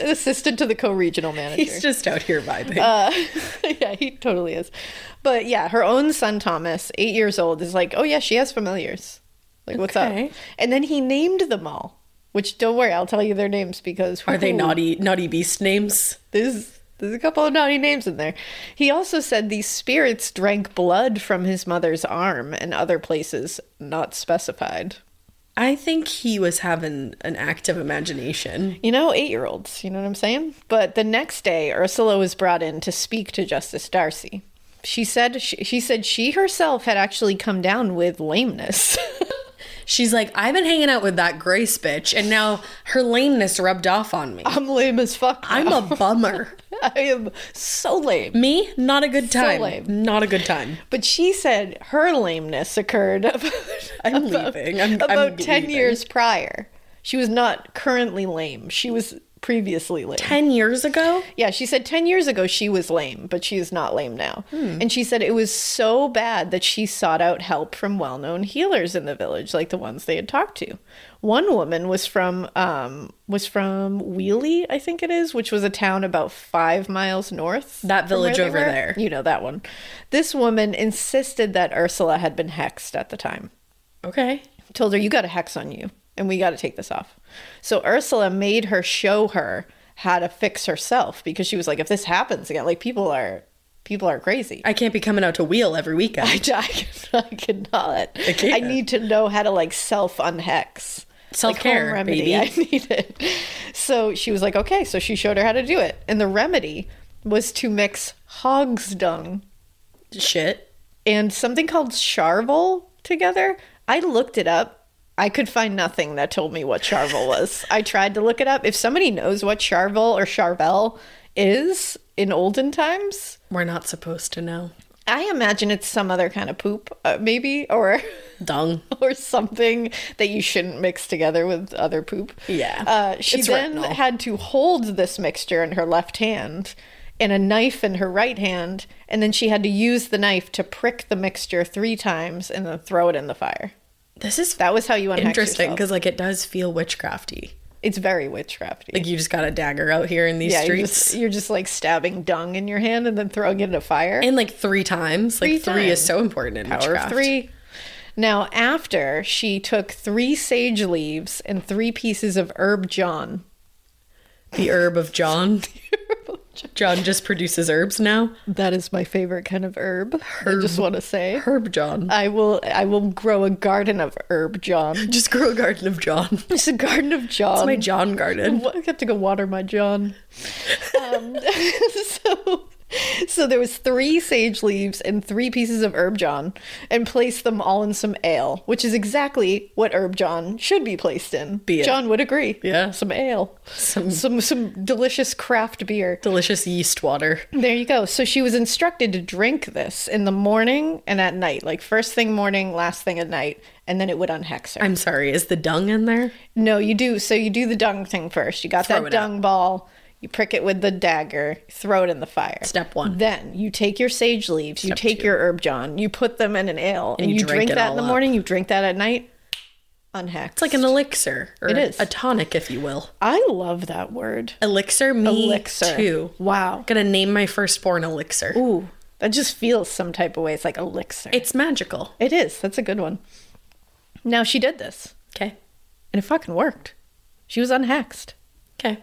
assistant to the co-regional manager. He's just out here vibing. Uh, yeah, he totally is. But yeah, her own son Thomas, eight years old, is like, oh yeah, she has familiars. Like, what's Okay. up? And then he named them all. Which don't worry, I'll tell you their names because Are they whoo, naughty, naughty beast names? There's there's a couple of naughty names in there. He also said these spirits drank blood from his mother's arm and other places not specified. I think he was having an active imagination. You know, eight year olds, you know what I'm saying? But the next day, Ursula was brought in to speak to Justice Darcy. She said she, she said she herself had actually come down with lameness. She's like, I've been hanging out with that Grace bitch, and now her lameness rubbed off on me. I'm lame as fuck. I'm now. a bummer. I am so lame. me, not a good time. lame. Not a good time. But she said her lameness occurred about, I'm about- leaving. I'm- I'm about 10 leaving. years prior. She was not currently lame. She was previously lame. Ten years ago, Yeah, she said 10 years ago she was lame, but she is not lame now. Hmm. And she said it was so bad that she sought out help from well known healers in the village, like the ones they had talked to. One woman was from um, was from Wheelie, I think it is, which was a town about five miles north. That from where village they over were. there. You know that one. This woman insisted that Ursula had been hexed at the time okay. told her you got a hex on you and we got to take this off so ursula made her show her how to fix herself because she was like if this happens again like people are people are crazy I can't be coming out to wheel every i, weekend. I, I cannot I, can't. need to know how to like self unhex Self-care, baby. I need it. So she was like, okay. So she showed her how to do it. And the remedy was to mix hog's dung Shit. and something called charvel together. I looked it up. I could find nothing that told me what charvel was. I tried to look it up. If somebody knows what charvel or charvel is in olden times, We're not supposed to know. I imagine it's some other kind of poop, uh, maybe, or Dung. or something that you shouldn't mix together with other poop. Yeah. Uh, she It's then retinol. had to hold this mixture in her left hand and a knife in her right hand, and then she had to use the knife to prick the mixture three times and then throw it in the fire. This is That was how you unhex interesting yourself. because like it does feel witchcrafty. It's very witchcrafty. Like you just got a dagger out here in these yeah, you're streets. just, you're just like stabbing dung in your hand and then throwing it in a fire. and like three times. Three like three is times. so important in power witchcraft. of three. Now, after she took three sage leaves and three pieces of herb john, The herb of John. John just produces herbs now. that is my favorite kind of herb. I just want to say, Herb John. I will, I will grow a garden of herb john. Just grow a garden of John. It's a garden of john. It's my John garden. I have to go water my John. Um, so, so there was three sage leaves and three pieces of herb John, and placed them all in some ale, which is exactly what herb John should be placed in. Beer. John would agree. Yeah. some ale, some some, some delicious craft beer. Delicious yeast water. There you go. So she was instructed to drink this in the morning and at night, like first thing morning, last thing at night, and then it would unhex her. I'm sorry, is the dung in there? No, you do. So you do the dung thing first. You got Throw that it out. dung ball. You prick it with the dagger. Throw it in the fire. Step one. Then you take your sage leaves. you Step take two. your herb john. You put them in an ale, and, you you, drink drink, it that all in the up. morning. You drink that at night. Unhacked. It's like an elixir. Or It is. A tonic, if you will. I love that word. Elixir, me elixir. too. Wow. Gonna name my firstborn elixir. Ooh, that just feels some type of way. It's like elixir. It's magical. it is. That's a good one. Now she did this, Okay. and it fucking worked. She was unhexed. Okay.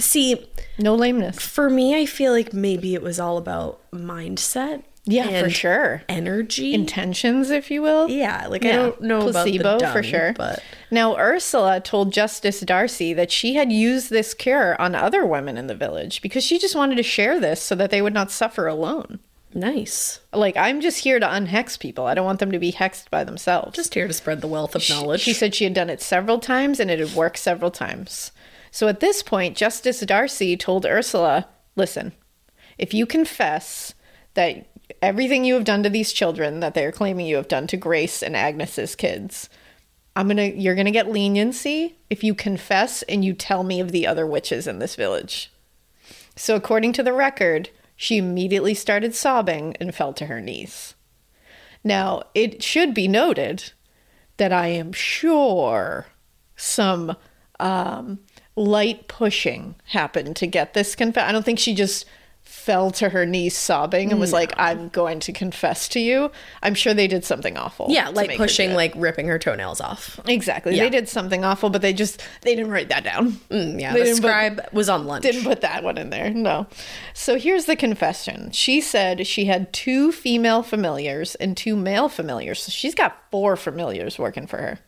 See, No lameness. for me, I feel like maybe it was all about mindset. Yeah, for and sure. Energy. Intentions, if you will. yeah, like I Yeah, don't know about the dung, for sure. but Now Ursula told Justice Darcy that she had used this cure on other women in the village because she just wanted to share this so that they would not suffer alone. nice. Like I'm just here to unhex people. I don't want them to be hexed by themselves. Just here to spread the wealth of She- knowledge. She said she had done it several times and it had worked several times. So at this point, Justice Darcy told Ursula, listen, if you confess that everything you have done to these children that they're claiming you have done to Grace and Agnes's kids, I'm gonna you're gonna get leniency if you confess and you tell me of the other witches in this village. So according to the record, she immediately started sobbing and fell to her knees. Now, it should be noted that I am sure some um, light pushing happened to get this confess. I don't think she just fell to her knees sobbing and was like, I'm going to confess to you. I'm sure they did something awful. yeah, to like make her do pushing, it. like ripping her toenails off. Exactly. Yeah. They did something awful, but they just, they didn't write that down. Mm, Yeah, They the didn't put- scribe was on lunch. didn't put that one in there. No. So here's the confession. She said she had two female familiars and two male familiars. So she's got four familiars working for her.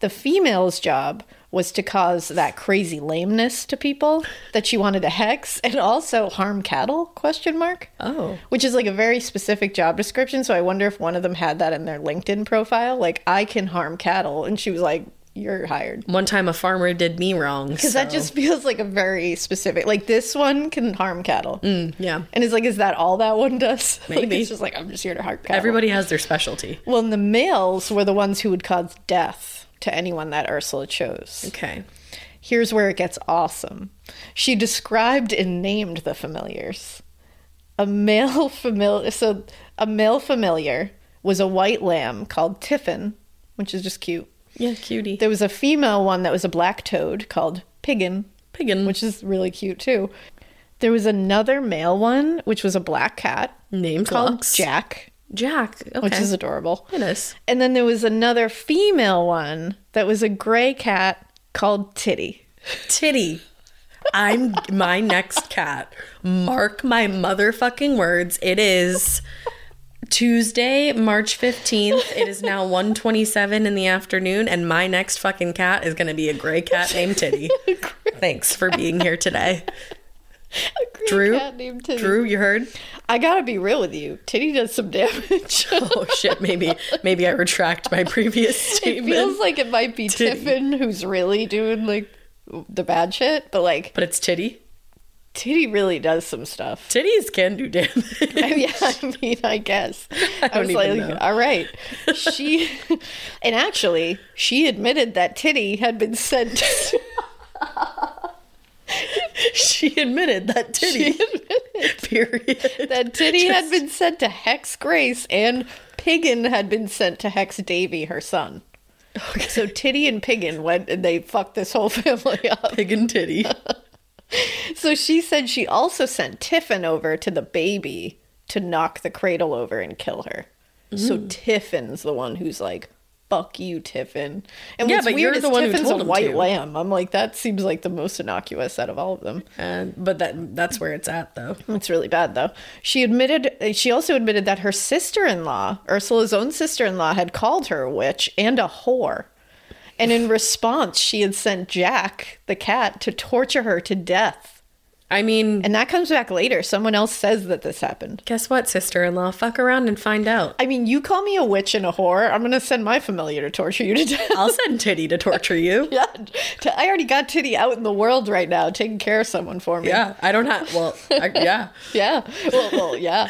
The female's job was to cause that crazy lameness to people that she wanted to hex and also harm cattle question mark Oh. which is like a very specific job description so i wonder if one of them had that in their linkedin profile like i can harm cattle and she was like you're hired One time a farmer did me wrong. because that just feels like a very specific like this one can harm cattle Mm, yeah. and it's like is that all that one does like Maybe. it's just like i'm just here to harm cattle Everybody has their specialty. Well, and the males were the ones who would cause death to anyone that Ursula chose. Okay. Here's where it gets awesome. She described and named the familiars. A male familiar, so a male familiar was a white lamb called Tiffin, which is just cute. Yeah, cutie. There was a female one that was a black toad called Piggin, Piggin. which is really cute too. There was another male one, which was a black cat Named called Lux. Jack, Jack. Okay. which is adorable. it is. And then there was another female one that was a gray cat called Titty. Titty. I'm my next cat. Mark my motherfucking words. It is Tuesday, March 15th. It is now 1:27 in the afternoon and my next fucking cat is going to be a gray cat named Titty. Thanks for being here today. A gray Drew? cat named Titty. Drew, you heard? I gotta be real with you. Titty does some damage. Oh shit, maybe maybe I retract my previous it statement. feels like it might be Titty. Tiffin who's really doing like the bad shit, but like but it's Titty. Titty really does some stuff. Titties can do damage. I mean, I mean, I guess. I, don't was even like, know. all right. She, and actually, she admitted that Titty had been sent to she admitted that Titty. Period. that Titty had been sent to Hex Grace and Piggin had been sent to Hex Davy, her son. So Titty and Piggin went and they fucked this whole family up. Pig and Titty. So she said she also sent Tiffin over to the baby to knock the cradle over and kill her. So Mm. Tiffin's the one who's like, fuck you, Tiffin. And Yeah, what's but weird you're is the one who Tiffin's told a him white to. lamb. I'm like, that seems like the most innocuous out of all of them. Uh, but that that's where it's at though. It's really bad though. She admitted uh, she also admitted that her sister-in-law, Ursula's own sister-in-law had called her a witch and a whore. And in response, she had sent Jack, the cat, to torture her to death. I mean, And that comes back later. Someone else says that this happened. guess what, sister-in-law? Fuck around and find out. I mean, you call me a witch and a whore, I'm going to send my familiar to torture you to death. I'll send Titty to torture you. Yeah. I already got Titty out in the world right now taking care of someone for me. Yeah, I don't have. Well, I, yeah. yeah. Well, well, yeah.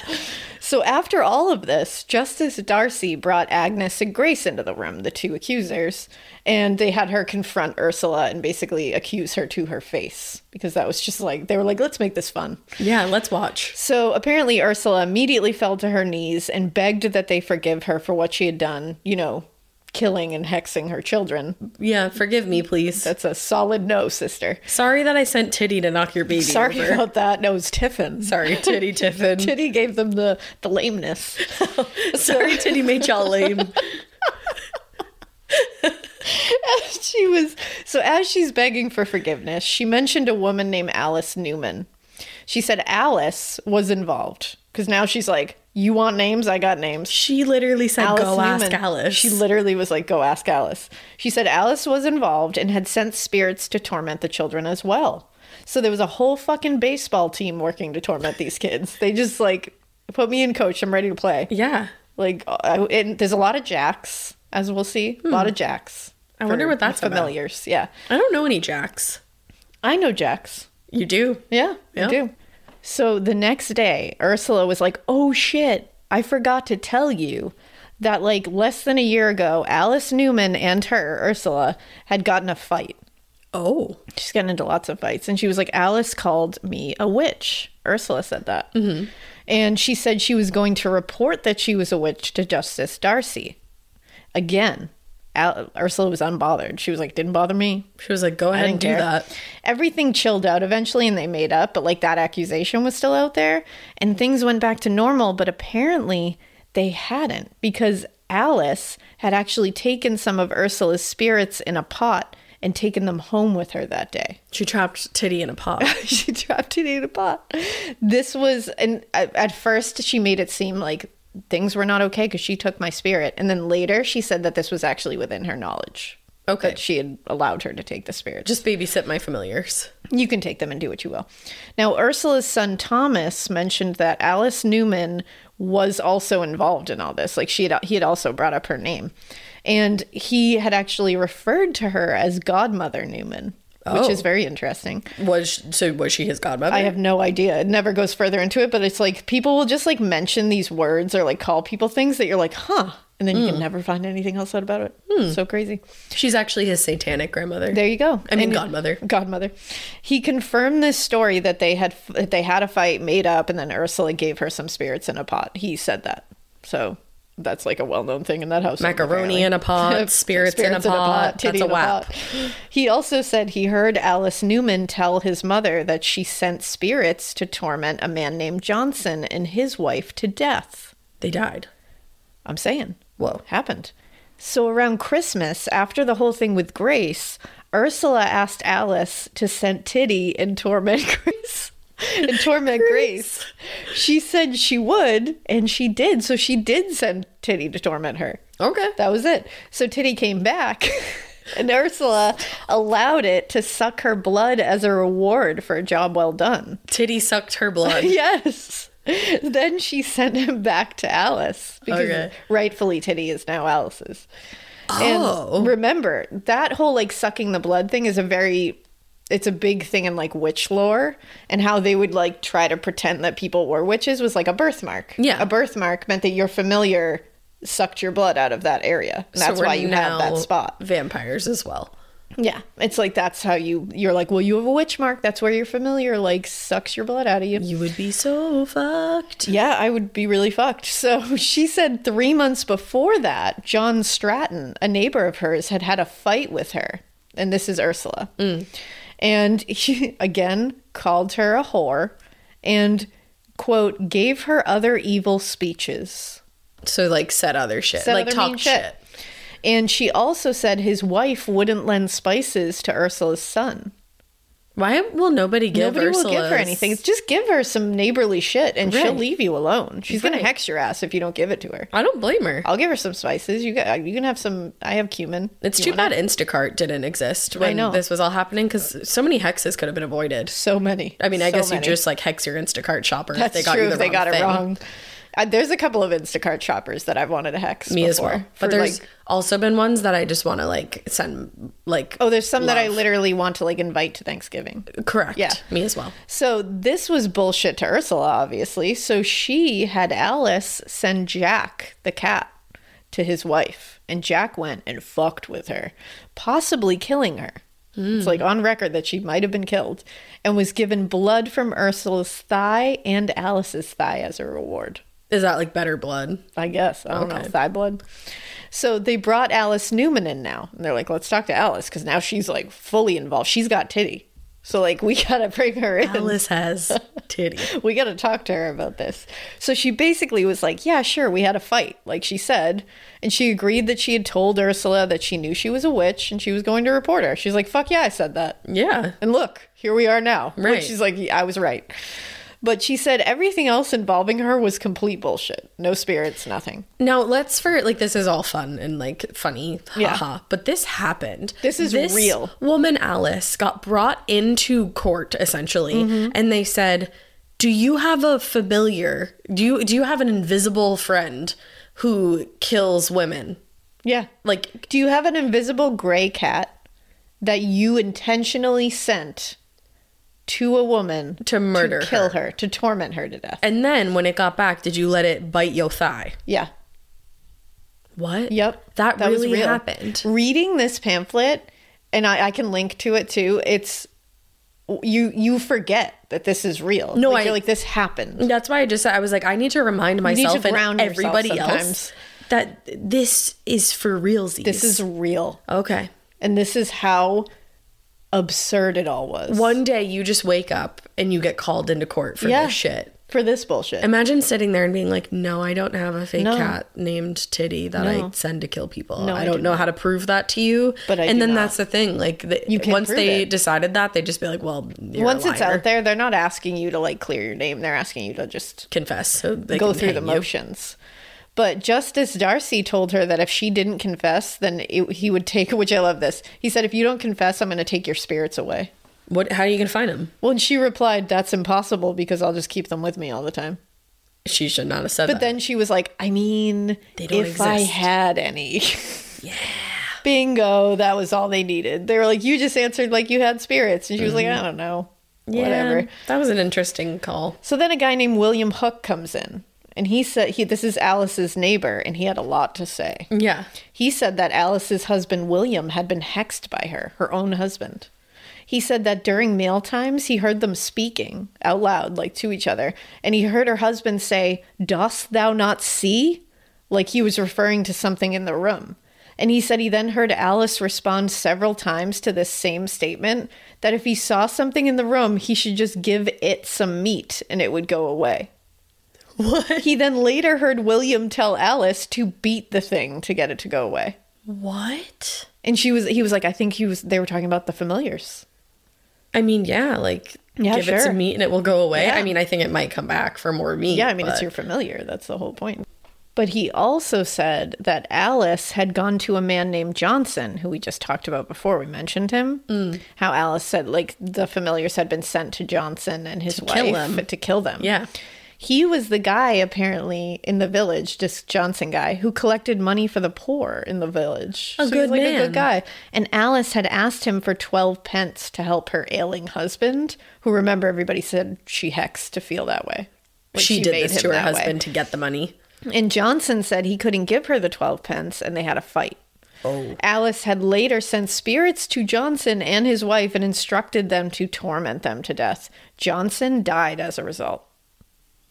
So after all of this, Justice Darcy brought Agnes and Grace into the room, the two accusers, and they had her confront Ursula and basically accuse her to her face because that was just like they were like, let's make this fun. Yeah, let's watch. So apparently Ursula immediately fell to her knees and begged that they forgive her for what she had done, you know, killing and hexing her children. Yeah, forgive me, please. That's a solid no, sister. Sorry that I sent Titty to knock your baby Sorry over. about that. No, it's Tiffin. Sorry, Titty Tiffin. Titty gave them the the lameness. Sorry, Titty made y'all lame. she was so as she's begging for forgiveness she mentioned a woman named alice newman she said alice was involved because now she's like you want names i got names She literally said, alice "Go ask Newman." Alice." she literally was like go ask alice she said alice was involved and had sent spirits to torment the children as well so there was a whole fucking baseball team working to torment these kids they just like put me in coach i'm ready to play yeah. like I, and there's a lot of jacks as we'll see a lot of jacks Hmm. I wonder for what that's about. familiars yeah I don't know any Jacks. I know Jax. You do? Yeah, Yeah. I do. So the next day, Ursula was like, "Oh shit, I forgot to tell you that like less than a year ago, Alice Newman and her Ursula had gotten a fight. Oh. She's gotten into lots of fights, and she was like, Alice called me a witch. Ursula said that, mm-hmm. and she said she was going to report that she was a witch to Justice Darcy. Again, Al- Ursula was unbothered. She was like, "Didn't bother me. She was like, go ahead and do care. that. Everything chilled out eventually and they made up, but like that accusation was still out there and things went back to normal, but apparently they hadn't because Alice had actually taken some of Ursula's spirits in a pot and taken them home with her that day. She trapped Titty in a pot. she dropped it in a pot. This was, and at at first she made it seem like things were not okay because she took my spirit. And then later she said that this was actually within her knowledge. Okay. that she had allowed her to take the spirits. Just babysit my familiars. You can take them and do what you will. Now, Ursula's son Thomas mentioned that Alice Newman was also involved in all this. Like she had, he had also brought up her name, and he had actually referred to her as Godmother Newman, which Oh. is very interesting. Was she, so? Was she his godmother? I have no idea. It never goes further into it, but it's like people will just like mention these words or like call people things that you're like, huh, and then you Hmm. can never find anything else out about it. So crazy. She's actually his satanic grandmother. There you go. I mean, godmother. Godmother. He confirmed this story that they had that they had a fight made up, and then Ursula gave her some spirits in a pot. He said that. So that's like a well-known thing in that house. Macaroni in a pot, spirits, in a pot. That's a whap. He also said he heard Alice Newman tell his mother that she sent spirits to torment a man named Johnson and his wife to death. They died. I'm saying. Whoa. Happened. So around Christmas, after the whole thing with Grace, Ursula asked Alice to send Titty and torment Grace. And torment Grace. She said she would, and she did. So she did send Titty to torment her. Okay. That was it. So Titty came back, and Ursula allowed it to suck her blood as a reward for a job well done. Titty sucked her blood. Yes. Then she sent him back to Alice because Okay. rightfully Titty is now Alice's. Oh. And remember, that whole like sucking the blood thing is a very it's a big thing in like witch lore and how they would like try to pretend that people were witches was like a birthmark. Yeah. A birthmark meant that your familiar sucked your blood out of that area. And So that's we're why you now have that spot. Vampires as well. Yeah, it's like that's how you you're like, well, you have a witch mark. That's where your familiar like sucks your blood out of you. You would be so fucked. Yeah, I would be really fucked. So she said three months before that, John Stratton, a neighbor of hers, had had a fight with her. And this is Ursula. Mm. And he, again, called her a whore and, quote, gave her other evil speeches. So like said other shit. Said like other talk mean shit. And she also said his wife wouldn't lend spices to Ursula's son. Why will nobody give Nobody will give her Ursula's- anything. Just give her some neighborly shit and she'll Right. leave you alone. She's going Right. to hex your ass if you don't give it to her. I don't blame her. I'll give her some spices. You got, you can have some. I have cumin. It's You too want it? bad Instacart didn't exist when know. this was all happening because so many hexes could have been avoided. So many. I mean, I So guess many. you just like hex your Instacart shopper That's if they got true. you the if they wrong got thing. it wrong. Uh, there's a couple of Instacart shoppers that I've wanted to hex. Me as before well. But for, there's like- also been ones that I just want to like send like oh, there's some that I love. literally want to like invite to Thanksgiving. correct. Yeah. Me as well. So this was bullshit to Ursula, obviously. So she had Alice send Jack the cat to his wife, and Jack went and fucked with her, possibly killing her. It's like on record that she might have been killed and was given blood from Ursula's thigh and Alice's thigh as a reward. Is that like better blood? I guess. I don't Okay. know. Thigh blood. So they brought Alice Newman in now. And they're like, let's talk to Alice because now she's like fully involved. She's got titty. So like we gotta bring her in Alice has titty. we got to talk to her about this. So she basically was like, Yeah, sure, we had a fight, like she said. And she agreed that she had told Ursula that she knew she was a witch and she was going to report her. She's like, Fuck yeah, I said that. Yeah. And look, here we are now. Like, Right. she's like, yeah, I was right. But she said everything else involving her was complete bullshit. No spirits, nothing. Now let's for like this is all fun and like funny, Yeah. haha. But this happened. This is real. Woman Alice got brought into court essentially, Mm-hmm. and they said, "Do you have a familiar? Do you do you have an invisible friend who kills women? Yeah. Like Do you have an invisible gray cat that you intentionally sent to a woman to murder to kill her. her, to torment her to death? And then when it got back, did you let it bite your thigh? Yeah. What? Yep. That, was really real. happened. Reading this pamphlet, and I, I can link to it too, it's you you forget that this is real. No, like, I- you're like this happened. That's why I just said I was like, I need to remind to myself and ground yourself everybody else sometimes. that this is for realsies. This is real. okay. And this is how absurd it all was. One day you just wake up and you get called into court for Yeah. this shit. for this bullshit. Imagine sitting there and being like, "No, I don't have a fake No. cat named Titty that I No. send to kill people. No, I I don't do know how to prove that to you." But I do and then not. that's the thing. Like, the, You can't once prove they it. decided that, they would just be like, "Well, you're Once a it's liar. out there, they're not asking you to like clear your name. They're asking you to just confess, so they go can through the hang you. motions. But Justice Darcy told her that if she didn't confess, then it, he would take, which I love this. He said, If you don't confess, I'm going to take your spirits away. What? How are you gonna find him? Well, and she replied, That's impossible because I'll just keep them with me all the time. She should not have said But that. then she was like, I mean, They don't if I exist. had any. yeah. Bingo. That was all they needed. They were like, You just answered like you had spirits. And she was Mm-hmm. like, I don't know. Whatever. That was an interesting call. So then a guy named William Hook comes in. And he said, he, This is Alice's neighbor. And he had a lot to say. Yeah. He said that Alice's husband, William, had been hexed by her, her own husband. He said that during meal times, he heard them speaking out loud, like to each other, and he heard her husband say, Dost thou not see? Like he was referring to something in the room. And he said he then heard Alice respond several times to this same statement that if he saw something in the room, he should just give it some meat and it would go away. What? He then later heard William tell Alice to beat the thing to get it to go away. What? And she was he was like, I think he was they were talking about the familiars. I mean, yeah, like Yeah, give it sure. some meat and it will go away. Yeah. I mean, I think it might come back for more meat. Yeah, I mean it's but- your familiar, that's the whole point. But he also said that Alice had gone to a man named Johnson, who we just talked about before we mentioned him. Mm. How Alice said like the familiars had been sent to Johnson and his wife kill them. to kill them. Yeah. He was the guy apparently in the village, this Johnson guy, who collected money for the poor in the village. he A was good like a man. good guy. And Alice had asked him for twelve pence to help her ailing husband, who remember everybody said she hexed to feel that way. Like, she, did made this him to her that way. husband to get the money. And Johnson said he couldn't give her the 12 pence and they had a fight. Oh. Alice had later sent spirits to Johnson and his wife and instructed them to torment them to death. Johnson died as a result.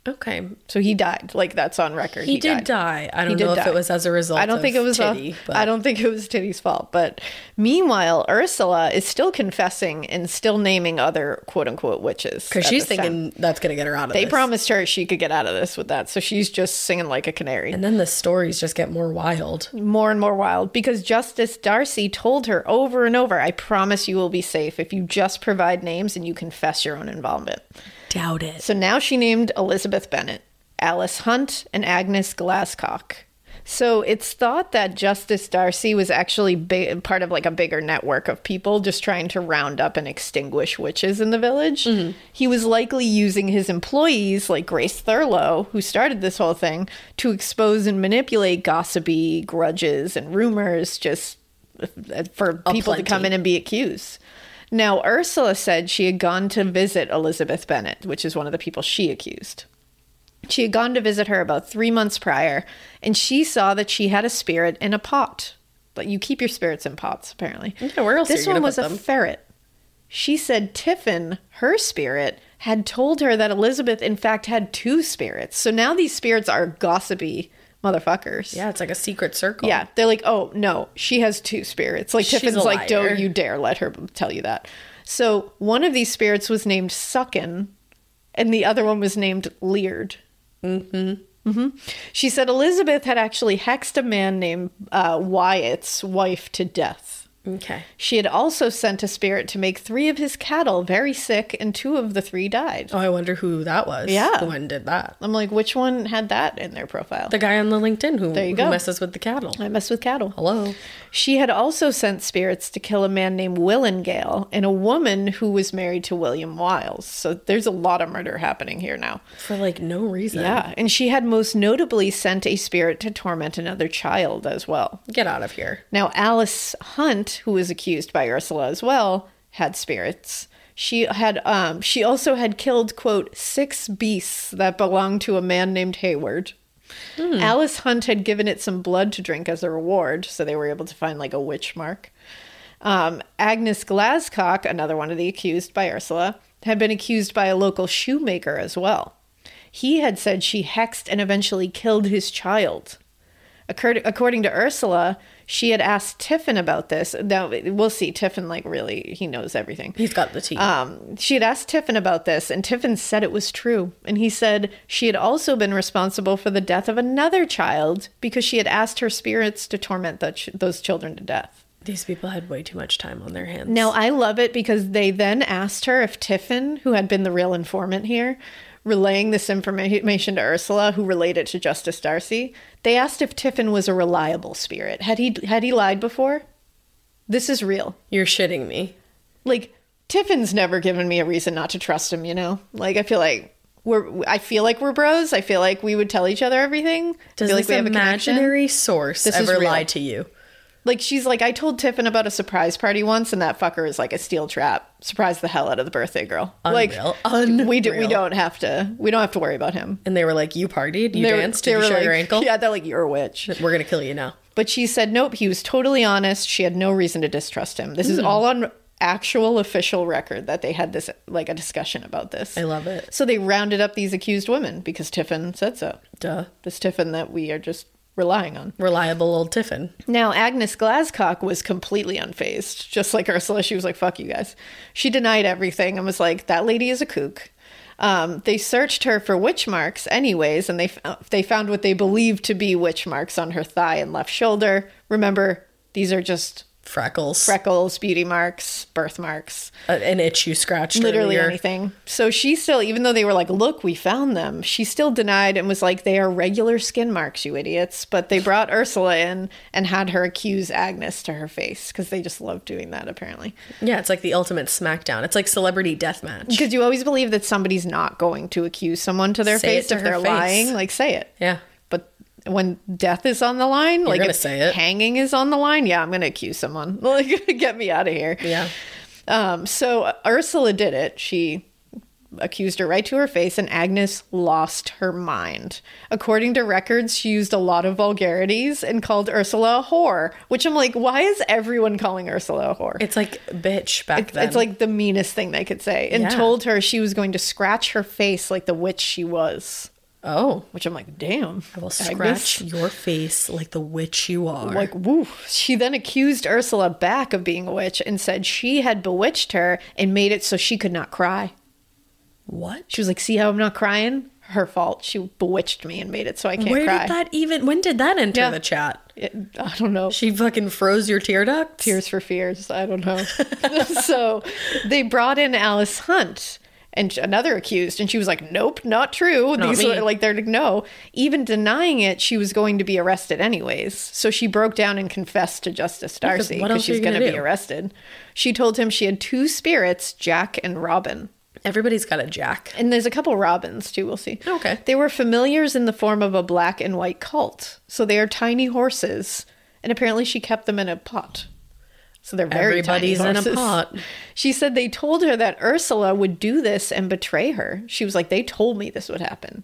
Okay. So he died. Like that's on record. He, did die. I don't did know if die. it was as a result. I don't think it was a- Titty, but I don't think it was Titty's fault. But meanwhile, Ursula is still confessing and still naming other quote unquote witches. because at she's this time. thinking that's gonna get her out of they this. promised her she could get out of this with that. So she's just singing like a canary. And then the stories just get more wild. more and more wild because Justice Darcy told her over and over, I promise you will be safe if you just provide names and you confess your own involvement. Doubt it. So now she named Elizabeth Bennett, Alice Hunt, and Agnes Glasscock. So it's thought that Justice Darcy was actually ba- part of like a bigger network of people just trying to round up and extinguish witches in the village. He was likely using his employees, like Grace Thurlow, who started this whole thing, to expose and manipulate gossipy grudges and rumors just uh, for people to plenty. come in and be accused. Now, Ursula said she had gone to visit Elizabeth Bennett, which is one of the people she accused. She had gone to visit her about three months prior, and she saw that she had a spirit in a pot. But you keep your spirits in pots, apparently. Yeah, where else are This you gonna one was put a them? ferret. She said Tiffin, her spirit, had told her that Elizabeth, in fact, had two spirits. So now these spirits are gossipy motherfuckers. Yeah, it's like a secret circle. Yeah, they're like, oh no, she has two spirits. Like She's Tiffin's a like, liar. don't you dare let her tell you that. So one of these spirits was named Suckin, and the other one was named Leard. Mm-hmm. Mm-hmm. She said Elizabeth had actually hexed a man named uh, Wyatt's wife to death. Okay. She had also sent a spirit to make three of his cattle very sick, and two of the three died. Oh, I wonder who that was. Yeah. Who one did that? I'm like, which one had that in their profile? The guy on the LinkedIn who, There you who go. messes with the cattle. I mess with cattle. Hello. She had also sent spirits to kill a man named Willengale and a woman who was married to William Wiles. So there's a lot of murder happening here now. For like no reason. Yeah, and she had most notably sent a spirit to torment another child as well. Get out of here. Now, Alice Hunt, who was accused by Ursula as well, had spirits. She had um she also had killed quote six beasts that belonged to a man named Hayward. Alice Hunt had given it some blood to drink as a reward, so they were able to find like a witch mark. Um, Agnes Glasscock, another one of the accused by Ursula, had been accused by a local shoemaker as well. He had said she hexed and eventually killed his child. According, according to Ursula, she had asked Tiffin about this. Now we'll see. Tiffin, like, really, he knows everything. He's got the teeth. Um, she had asked Tiffin about this, and Tiffin said it was true. And he said she had also been responsible for the death of another child because she had asked her spirits to torment the ch- those children to death. These people had way too much time on their hands. Now I love it because they then asked her if Tiffin, who had been the real informant here, relaying this information to Ursula, who relayed it to Justice Darcy. They asked if Tiffin was a reliable spirit. Had he had he lied before? This is real. You're shitting me. Like Tiffin's never given me a reason not to trust him. You know, like I feel like we're I feel like we're bros. I feel like we would tell each other everything. I Does feel this like connection. imaginary source This is ever real. lie to you? Like she's like, I told Tiffin about a surprise party once, and that fucker is like a steel trap. Surprise the hell out of the birthday girl. Unreal. Like we do, we Unreal. don't have to we don't have to worry about him. And they were like, "You partied? You They were- danced? they Did you were show like- your ankle? Yeah, they're like you're a witch. We're gonna kill you now." But she said nope. He was totally honest. She had no reason to distrust him. This is Hmm. all on actual official record that they had this like a discussion about this. I love it. So they rounded up these accused women because Tiffin said so. Duh. This Tiffin that we are just relying on. Reliable old Tiffin. Now, Agnes Glascock was completely unfazed, just like Ursula. She was like, fuck you guys. She denied everything and was like, that lady is a kook. Um, they searched her for witch marks, anyways, and they, f- uh, they found what they believed to be witch marks on her thigh and left shoulder. Remember, these are just Freckles. freckles, beauty marks, birthmarks A- an itch you scratched. literally earlier. anything. So she still, even though they were like, "Look, we found them," she still denied and was like, "They are regular skin marks, you idiots." But they brought Ursula in and had her accuse Agnes to her face because they just love doing that, apparently. Yeah, it's like the ultimate smackdown. It's like celebrity deathmatch. Because you always believe that somebody's not going to accuse someone to their Say it face to if her they're face. lying. Like, say it. Yeah. But when death is on the line, like gonna if say it. hanging is on the line, yeah, I'm gonna accuse someone. Like, get me out of here. Yeah. Um, so Ursula did it. She accused her right to her face, and Agnes lost her mind. According to records, she used a lot of vulgarities and called Ursula a whore, which I'm like, why is everyone calling Ursula a whore? It's like bitch back then. It's like the meanest thing they could say, and Yeah. told her she was going to scratch her face like the witch she was. oh, Which I'm like, damn. I will Agnes. scratch your face like the witch you are. Like, woo. She then accused Ursula back of being a witch and said she had bewitched her and made it so she could not cry. what? She was like, "See how I'm not crying? Her fault. She bewitched me and made it so I can't Where cry." did that even? When did that enter Yeah. the chat? It- I don't know. She fucking froze your tear ducts. Tears for fears. I don't know. so they brought in Alice Hunt and another accused, and she was like, "Nope, not true." Not These me. are like they're like, no. Even denying it, she was going to be arrested anyways. So she broke down and confessed to Justice Darcy what because else are she's you gonna going to be do? arrested. She told him she had two spirits, Jack and Robin. Everybody's got a jack. And there's a couple robins too, we'll see. Okay. They were familiars in the form of a black and white cult. So they are tiny horses. And apparently she kept them in a pot. So they're very Everybody's tiny in a horses. pot. She said they told her that Ursula would do this and betray her. She was like, they told me this would happen.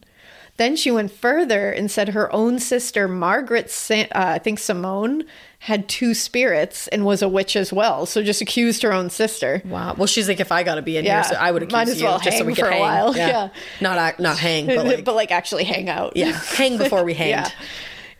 Then she went further and said her own sister, Margaret, Sa- uh, I think Simone, had two spirits and was a witch as well. So just accused her own sister. Wow. Well, she's like, if I got to be in Yeah. here, so I would accuse Might as you well just so hang we could for a hang. while. Yeah. Yeah. Not act, not hang, but like, actually hang out. yeah, hang before we hanged.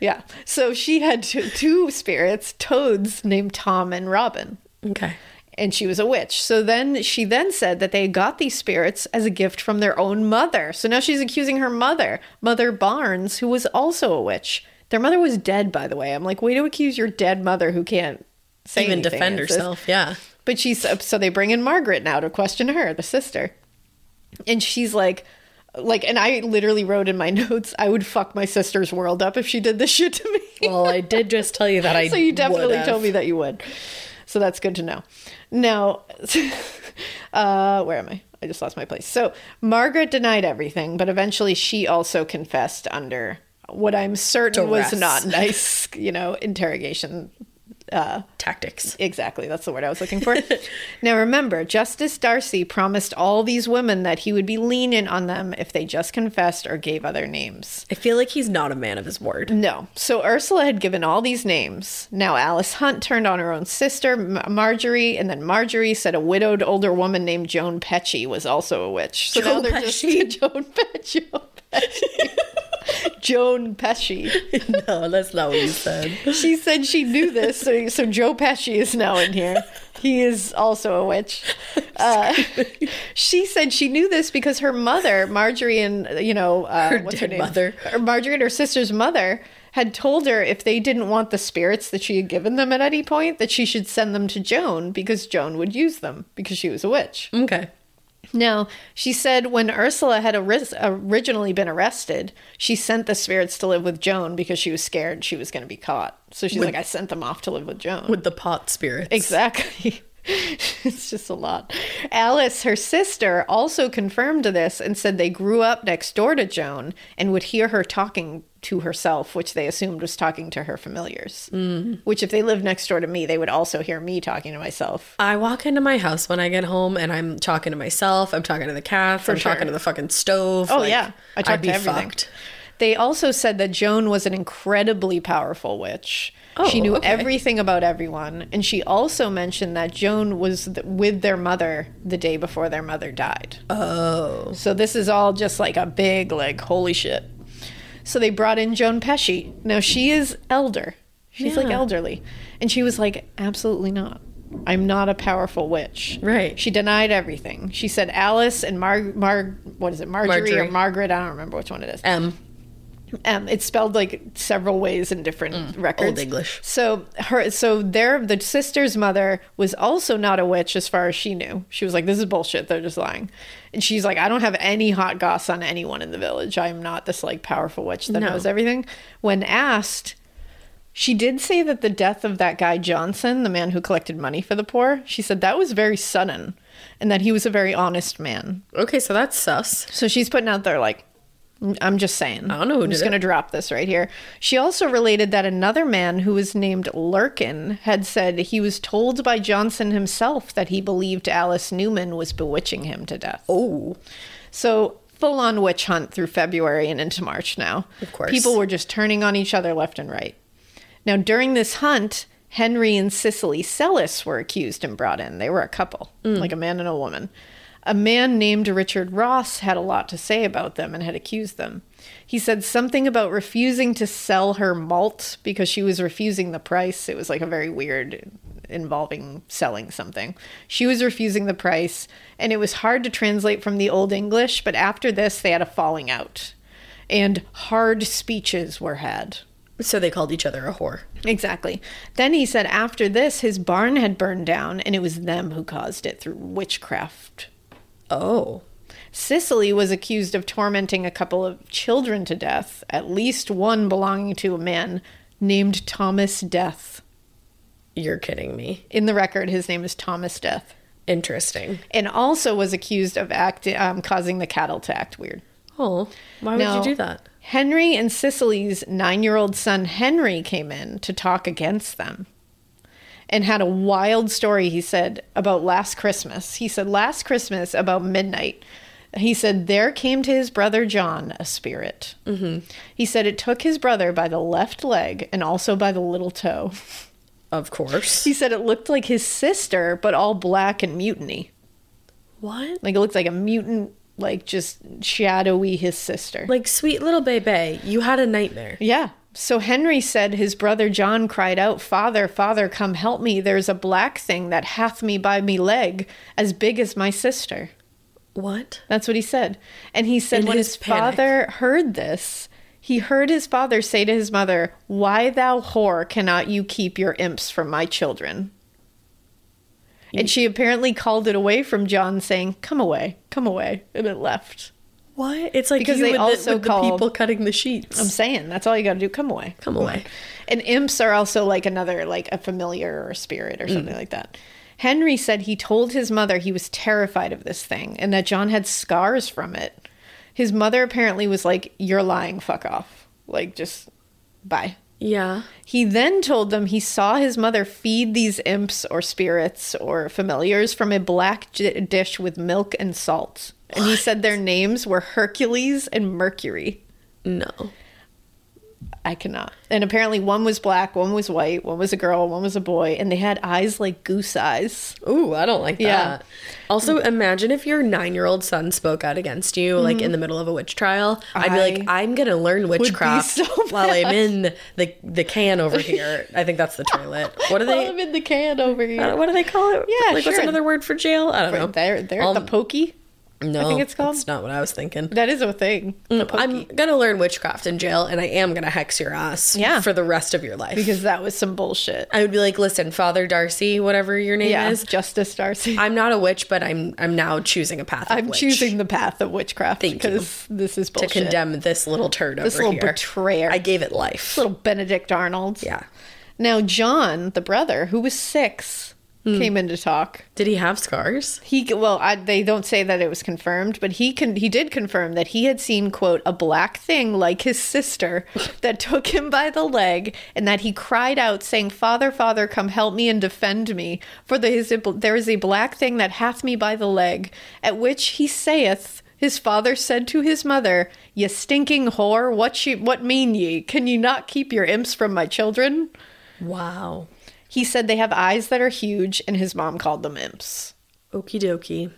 Yeah. Yeah. So she had two, two spirits, toads named Tom and Robin, Okay. and she was a witch. So then she then said that they got these spirits as a gift from their own mother. So now she's accusing her mother, Mother Barnes, who was also a witch. Their mother was dead, by the way. I'm like, way to accuse your dead mother who can't say Even anything defend against this. herself. Yeah. But she's so they bring in Margaret now to question her, the sister. And she's like like and I literally wrote in my notes, I would fuck my sister's world up if she did this shit to me. Well, I did just tell you that I. so you definitely would've. told me that you would. So that's good to know. Now, uh, where am I? I just lost my place. So Margaret denied everything, but eventually she also confessed under what I'm certain was Duress. not nice, you know, interrogation tactics. Exactly. That's the word I was looking for. now, remember, Justice Darcy promised all these women that he would be lenient on them if they just confessed or gave other names. I feel like he's not a man of his word. No. So Ursula had given all these names. Now, Alice Hunt turned on her own sister, M- Marjorie, and then Marjorie said a widowed older woman named Joan Pesci was also a witch. So now Joan they're Pesci. just Joan Pesci. Joan Pesci. Joan Pesci. no, that's not what you said. She said she knew this, so, so Joe Pesci is now in here. He is also a witch. Uh, she said she knew this because her mother, Marjorie, and you know, uh, Her what's her dead name? mother. Her- Marjorie and her sister's mother had told her if they didn't want the spirits that she had given them at any point, that she should send them to Joan because Joan would use them because she was a witch. Okay. No, she said when Ursula had aris- originally been arrested, she sent the spirits to live with Joan because she was scared she was going to be caught. So she's like, I sent them off to live with Joan. with the pot spirits. Exactly. it's just a lot. Alice, her sister, also confirmed this and said they grew up next door to Joan and would hear her talking to herself, which they assumed was talking to her familiars. Mm. Which, if they lived next door to me, they would also hear me talking to myself. I walk into my house when I get home and I'm talking to myself, I'm talking to the cats, I'm sure. talking to the fucking stove. Oh like, yeah, I talked I'd be to everything. fucked. They also said that Joan was an incredibly powerful witch. she Oh, knew okay. everything about everyone, and she also mentioned that Joan was th- with their mother the day before their mother died. Oh, so this is all just like a big like holy shit. So they brought in Joan Pesci. Now she is elder. She's like Yeah. elderly, and she was like, absolutely not. I'm not a powerful witch. Right. She denied everything. She said Alice and Mar, Mar what is it, Marjorie, or Marjorie. Margaret? I don't remember which one it is. M. Um, it's spelled like several ways in different records. Mm, Old English. So her, so their the sister's mother was also not a witch, as far as she knew. She was like, "This is bullshit. They're just lying." And she's like, "I don't have any hot goss on anyone in the village. I am not this like powerful witch that No. knows everything." When asked, she did say that the death of that guy Johnson, the man who collected money for the poor, she said that was very sudden, and that he was a very honest man. Okay, so that's sus. So she's putting out there like, I'm just saying. I don't know who I'm just did it. going to drop this right here. She also related that another man who was named Lurkin had said he was told by Johnson himself that he believed Alice Newman was bewitching him to death. Oh. So full on witch hunt through February and into March now. Of course. People were just turning on each other left and right. Now, during this hunt, Henry and Cicely Sellis were accused and brought in. They were a couple, like a man and a woman. A man named Richard Ross had a lot to say about them and had accused them. He said something about refusing to sell her malt because she was refusing the price. It was like a very weird involving selling something. She was refusing the price, and it was hard to translate from the Old English, but after this, they had a falling out, and hard speeches were had. So they called each other a whore. Exactly. Then he said after this, his barn had burned down, and it was them who caused it through witchcraft. Oh. Cicely was accused of tormenting a couple of children to death, at least one belonging to a man named Thomas Death. You're kidding me. In the record, his name is Thomas Death. Interesting. And also was accused of act- um, causing the cattle to act weird. Oh. Why would Now, you do that? Henry and Cicely's nine year old son Henry came in to talk against them and had a wild story, he said, about last Christmas. He said, Last Christmas, about midnight, he said, There came to his brother John a spirit. Mm-hmm. He said, It took his brother by the left leg and also by the little toe. Of course. He said, It looked like his sister, but all black and mutiny. What? Like it looked like a mutant, like just shadowy his sister. Like, sweet little baby, you had a nightmare. Yeah. So Henry said his brother John cried out, Father, Father, come help me. There's a black thing that hath me by me leg, as big as my sister. What? That's what he said. And he said, In when his his panic. father heard this, he heard his father say to his mother, Why, thou whore, cannot you keep your imps from my children? And she apparently called it away from John, saying, Come away, come away. And it left. What? It's like Because you they with, also the, with called- the people cutting the sheets. I'm saying, that's all you got to do. Come away. Come away. And imps are also like another, like a familiar or spirit or Mm. something like that. Henry said he told his mother he was terrified of this thing and that John had scars from it. His mother apparently was like, You're lying, fuck off. Like, just bye. Yeah. He then told them he saw his mother feed these imps or spirits or familiars from a black j- dish with milk and salt. And he said their names were Hercules and Mercury. No. I cannot. And apparently, one was black, one was white, one was a girl, one was a boy, and they had eyes like goose eyes. Ooh, I don't like that. Yeah. Also, imagine if your nine year old son spoke out against you, like in the middle of a witch trial. I'd be like, I'm going to learn witchcraft so while I'm in the, the can over here. I think that's the toilet. What do They, they. them in the can over I here. don't- What do they call it? Yeah, like what's sure. another word for jail? I don't know. They're, they're Um, the pokey. No, think it's called? That's not what I was thinking. That is a thing. The pokey. I'm gonna learn witchcraft in jail, and I am gonna hex your ass. Yeah. for the rest of your life. because that was some bullshit. I would be like, listen, Father Darcy, whatever your name Yeah, is, Justice Darcy. I'm not a witch, but I'm I'm now choosing a path. Of I'm witch choosing the path of witchcraft Thank you. because this is to bullshit. condemn this little turd this over little here. betrayer. I gave it life. little Benedict Arnold. Yeah. Now John, the brother, who was six, Hmm. came in to talk. Did he have scars? He well, I, they don't say that it was confirmed, but he can he did confirm that he had seen quote a black thing like his sister that took him by the leg, and that he cried out saying, "Father, Father, come help me and defend me, for there is a, bl- there is a black thing that hath me by the leg." At which he saith. His father said to his mother, "Ye stinking whore, what she, what mean ye? Can ye not keep your imps from my children?" Wow. He said they have eyes that are huge, and his mom called them imps. Okie dokie.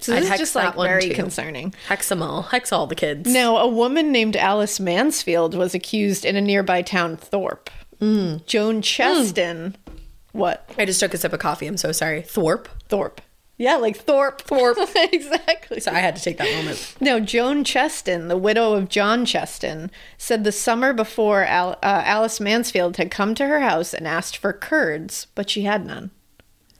So I'd this is hex just that like one, very too. concerning. Hex them all. Hex all the kids. Now, a woman named Alice Mansfield was accused in a nearby town, Thorpe. Joan Cheston, what I just took a sip of coffee. I'm so sorry. Thorpe. Thorpe? Yeah, like Thorpe, Thorpe, exactly. So I had to take that moment. Now, Joan Cheston, the widow of John Cheston, said the summer before Al- uh, Alice Mansfield had come to her house and asked for curds, but she had none.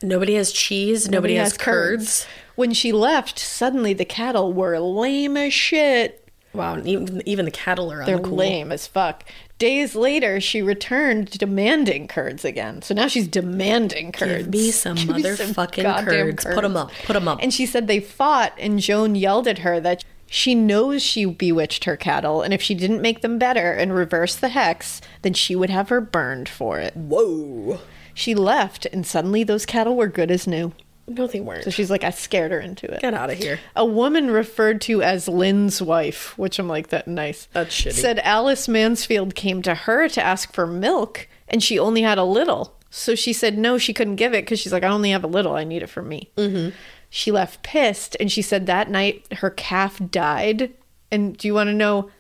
Nobody has cheese. Nobody, has, curds. When she left, suddenly the cattle were lame as shit. Wow. and Even, even the cattle are They're uncool. lame as fuck. Days later, she returned demanding curds again. So now she's demanding curds. Give me some Give me some motherfucking goddamn curds. Put 'em up. Put 'em up. And she said they fought, and Joan yelled at her that she knows she bewitched her cattle, and if she didn't make them better and reverse the hex, then she would have her burned for it. Whoa. She left, and suddenly those cattle were good as new. No, they weren't. So she's like, I scared her into it. Get out of here. A woman referred to as Lynn's wife, which I'm like, that nice. That's shitty. Said Alice Mansfield came to her to ask for milk, and she only had a little. So she said no, she couldn't give it because she's like, I only have a little. I need it for me. Mm-hmm. She left pissed, and she said that night her calf died. And do you want to know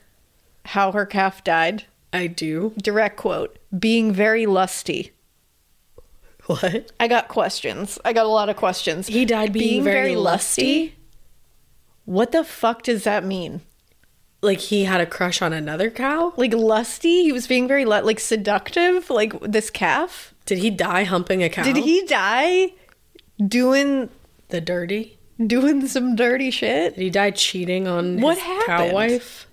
how her calf died? I do. Direct quote: "Being very lusty." What? I got questions. I got a lot of questions. He died being very lusty? What the fuck does that mean? Like he had a crush on another cow? Like lusty? He was being very lu- like seductive. Like this calf. Did he die humping a cow? Did he die doing The dirty? doing some dirty shit? Did he die cheating on What his happened? cow wife?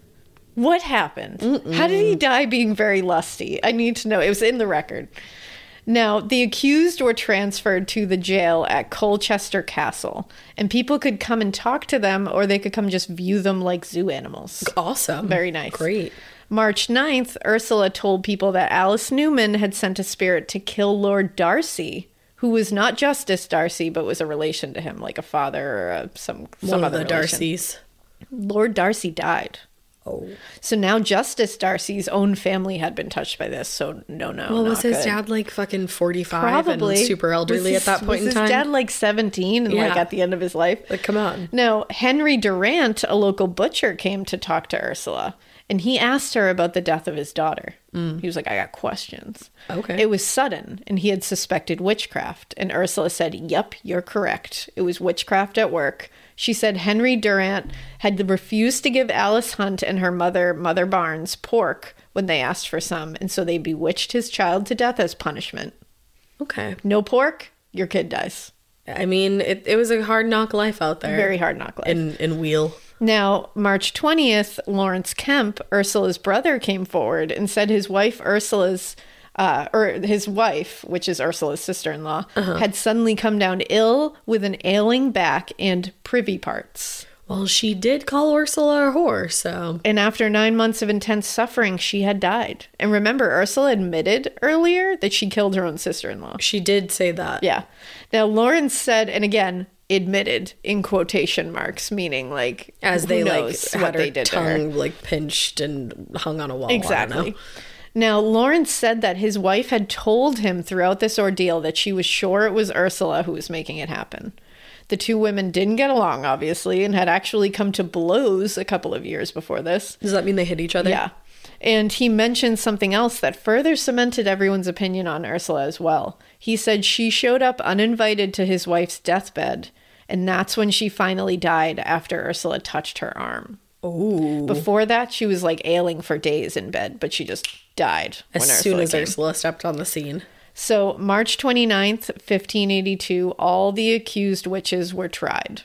What happened? How did he die being very lusty? I need to know. It was in the record. Now, the accused were transferred to the jail at Colchester Castle, and people could come and talk to them, or they could come just view them like zoo animals. Awesome. Very nice. Great. March 9th, Ursula told people that Alice Newman had sent a spirit to kill Lord Darcy, who was not Justice Darcy, but was a relation to him, like a father or a, some, some One of other the relation. Darcys. Lord Darcy died. Oh. So now Justice Darcy's own family had been touched by this. So no, no. Well, Oh, was not his good. dad like fucking 45 probably and super elderly Was his- at that point was in time? His dad like seventeen and like Yeah. at the end of his life. Like, come on. No, Henry Durant, a local butcher, came to talk to Ursula, and he asked her about the death of his daughter. He was like, "I got questions." Mm. Okay. It was sudden, and he had suspected witchcraft. And Ursula said, Yep, you're correct. It was witchcraft at work. She said Henry Durant had refused to give Alice Hunt and her mother, Mother Barnes, pork when they asked for some, and so they bewitched his child to death as punishment. Okay. No pork, your kid dies. I mean, it, it was a hard knock life out there. Very hard knock life. In, in wheel. Now, March 20th, Lawrence Kemp, Ursula's brother, came forward and said his wife, Ursula's, uh, or his wife, which is Ursula's sister in law, had suddenly come down ill with an ailing back and privy parts. Well, she did call Ursula a whore, so. And after nine months of intense suffering, she had died. And remember, Ursula admitted earlier that she killed her own sister in law. She did say that. Yeah. Now, Lawrence said, and again, admitted in quotation marks, meaning like As who they like knows had her tongue like pinched and hung on a wall. I don't know. Exactly. Now, Lawrence said that his wife had told him throughout this ordeal that she was sure it was Ursula who was making it happen. The two women didn't get along, obviously, and had actually come to blows a couple of years before this. Does that mean they hit each other? Yeah. And he mentioned something else that further cemented everyone's opinion on Ursula as well. He said she showed up uninvited to his wife's deathbed And that's when she finally died after Ursula touched her arm. Oh. Before that, she was like ailing for days in bed, but she just died As soon as came. Ursula stepped on the scene. So, March 29th, 1582, all the accused witches were tried.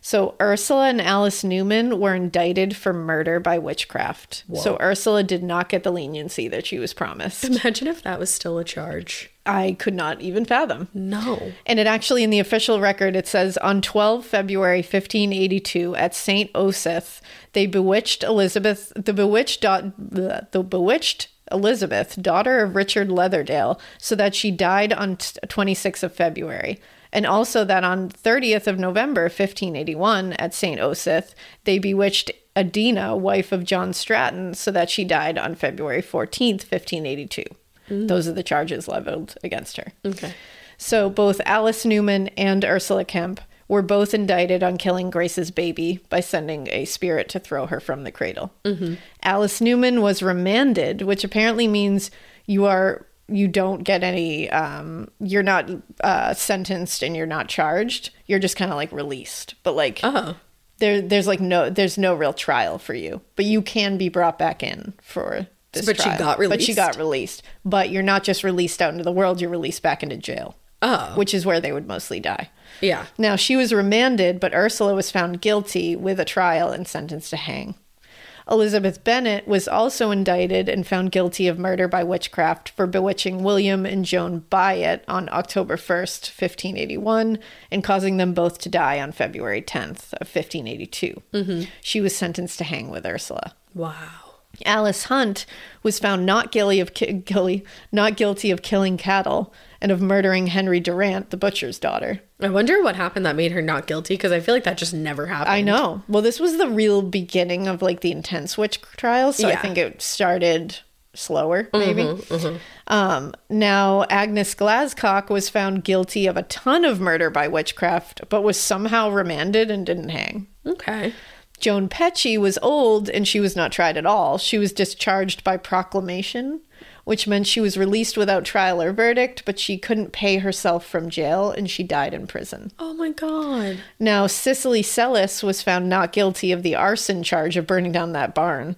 So, Ursula and Alice Newman were indicted for murder by witchcraft. So, Ursula did not get the leniency that she was promised. Imagine if that was still a charge. I could not even fathom. No. And it actually, in the official record, it says on 12 February 1582 at St. Osyth, they bewitched Elizabeth, the bewitched, da- the, the bewitched Elizabeth, daughter of Richard Leatherdale, so that she died on t- 26th of February. And also that on 30th of November 1581 at St. Osyth, they bewitched Adina, wife of John Stratton, so that she died on February 14th, 1582. Those are the charges leveled against her. Okay. So both Alice Newman and Ursula Kemp were both indicted on killing Grace's baby by sending a spirit to throw her from the cradle. Mm-hmm. Alice Newman was remanded, which apparently means you are you don't get any um you're not uh sentenced and you're not charged you're just kind of like released but like Oh. there there's like no there's no real trial for you but you can be brought back in for this But she trial. got but she released? got released but you're not just released out into the world you're released back into jail Oh. which is where they would mostly die Yeah. now she was remanded but ursula was found guilty with a trial and sentenced to hang elizabeth bennet was also indicted and found guilty of murder by witchcraft for bewitching william and joan Byatt on october 1st 1581 and causing them both to die on february 10th of 1582 she was sentenced to hang with ursula Wow. Alice Hunt was found not guilty of ki- guilty, not guilty of killing cattle and of murdering Henry Durant, the butcher's daughter. I wonder what happened that made her not guilty because I feel like that just never happened. I know. Well, this was the real beginning of like the intense witch trials, so I Yeah. think it started slower, maybe. Um, now, Agnes Glascock was found guilty of a ton of murder by witchcraft, but was somehow remanded and didn't hang. Okay. Joan Pecci was old and she was not tried at all. She was discharged by proclamation, which meant she was released without trial or verdict, but she couldn't pay herself from jail and she died in prison. Oh my god. Now, Cicely Sellis was found not guilty of the arson charge of burning down that barn,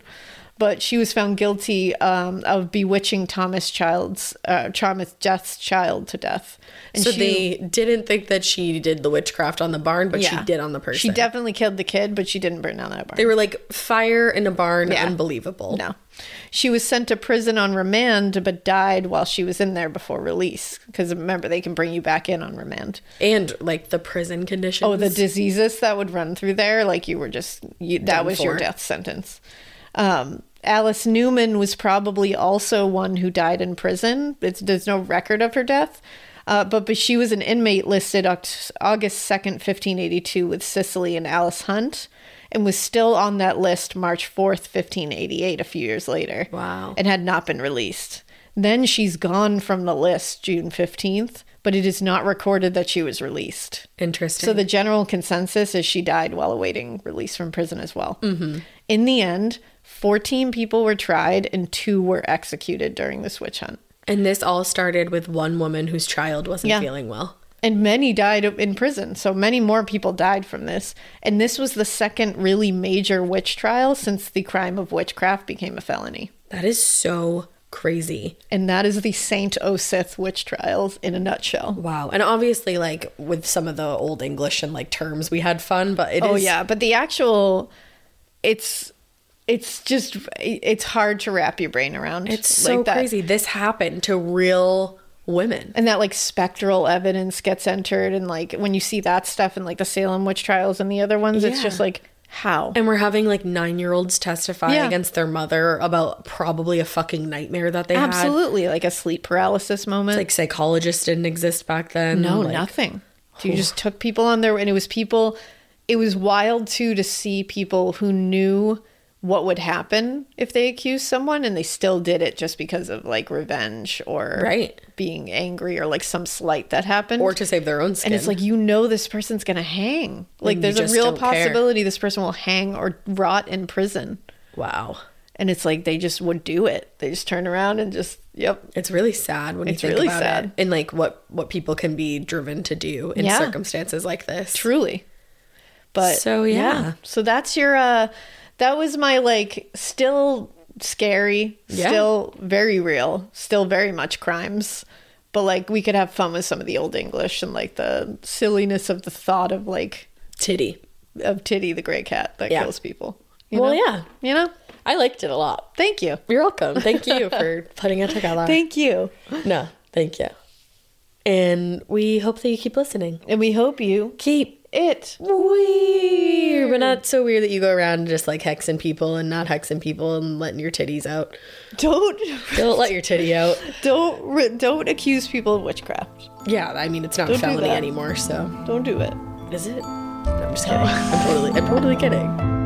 but she was found guilty um, of bewitching Thomas Child's, uh, Thomas Death's child to death. And so she- they didn't think that she did the witchcraft on the barn, but yeah. she did on the person. She definitely killed the kid, but she didn't burn down that barn. They were like fire in a barn, Yeah. unbelievable. No. She was sent to prison on remand, but died while she was in there before release. Because remember, they can bring you back in on remand. And like the prison conditions. Oh, the diseases that would run through there, like you were just, you, that Done was your for. death sentence. Um, Alice Newman was probably also one who died in prison. It's, there's no record of her death. Uh, but, but she was an inmate listed Oct- August 2nd, 1582, with Cicely and Alice Hunt, and was still on that list March 4th, 1588, a few years later Wow. and had not been released. Then she's gone from the list June 15th, but it is not recorded that she was released. Interesting. So the general consensus is she died while awaiting release from prison as well. Mm-hmm. In the end, 14 people were tried and two were executed during this witch hunt. and this all started with one woman whose child wasn't Yeah. feeling well. And many died in prison. So many more people died from this. And this was the second really major witch trial since the crime of witchcraft became a felony. That is so crazy. And that is the St. Osyth witch trials in a nutshell. Wow. And obviously, like with some of the old English and like terms, we had fun, but it is oh yeah but the actual it's it's just it's hard to wrap your brain around It's so crazy. This happened to real women. and that like spectral evidence gets entered and like when you see that stuff in like the salem witch trials and the other ones it's Yeah. just like how And we're having like nine year olds testify Yeah. against their mother about probably a fucking nightmare that they had. absolutely like a sleep paralysis moment Like psychologists didn't exist back then. No, Like, nothing. So you just took people on their, and it was people. It was wild too to see people who knew what would happen if they accused someone, and they still did it just because of like revenge or Right. being angry or like some slight that happened. Or to save their own skin. and it's like you know this person's gonna hang. Like you there's a just real don't care. possibility this person will hang or rot in prison. wow. and it's like they just would do it. They just turn around and just yep. It's really sad when you It's think really about sad. it, and like what what people can be driven to do in Yeah. circumstances like this. Truly. But So, yeah. So that's your uh that was my like still scary, Yeah. still very real, still very much crimes. But like we could have fun with some of the old English and like the silliness of the thought of like Titty. of Titty the gray cat that Yeah. kills people. You Well, know? yeah. You know? I liked it a lot. Thank you. You're welcome. Thank you for putting it together. Thank you. no, thank you. And we hope that you keep listening. And we hope you Keep it. weird, but not so weird that you go around just like hexing people and not hexing people and letting your titties out. Don't Don't let your titty out. don't re- don't accuse people of witchcraft. Yeah, I mean it's not a do felony that. anymore, so Don't do it. is it? No, I'm just kidding. I'm totally I'm totally kidding.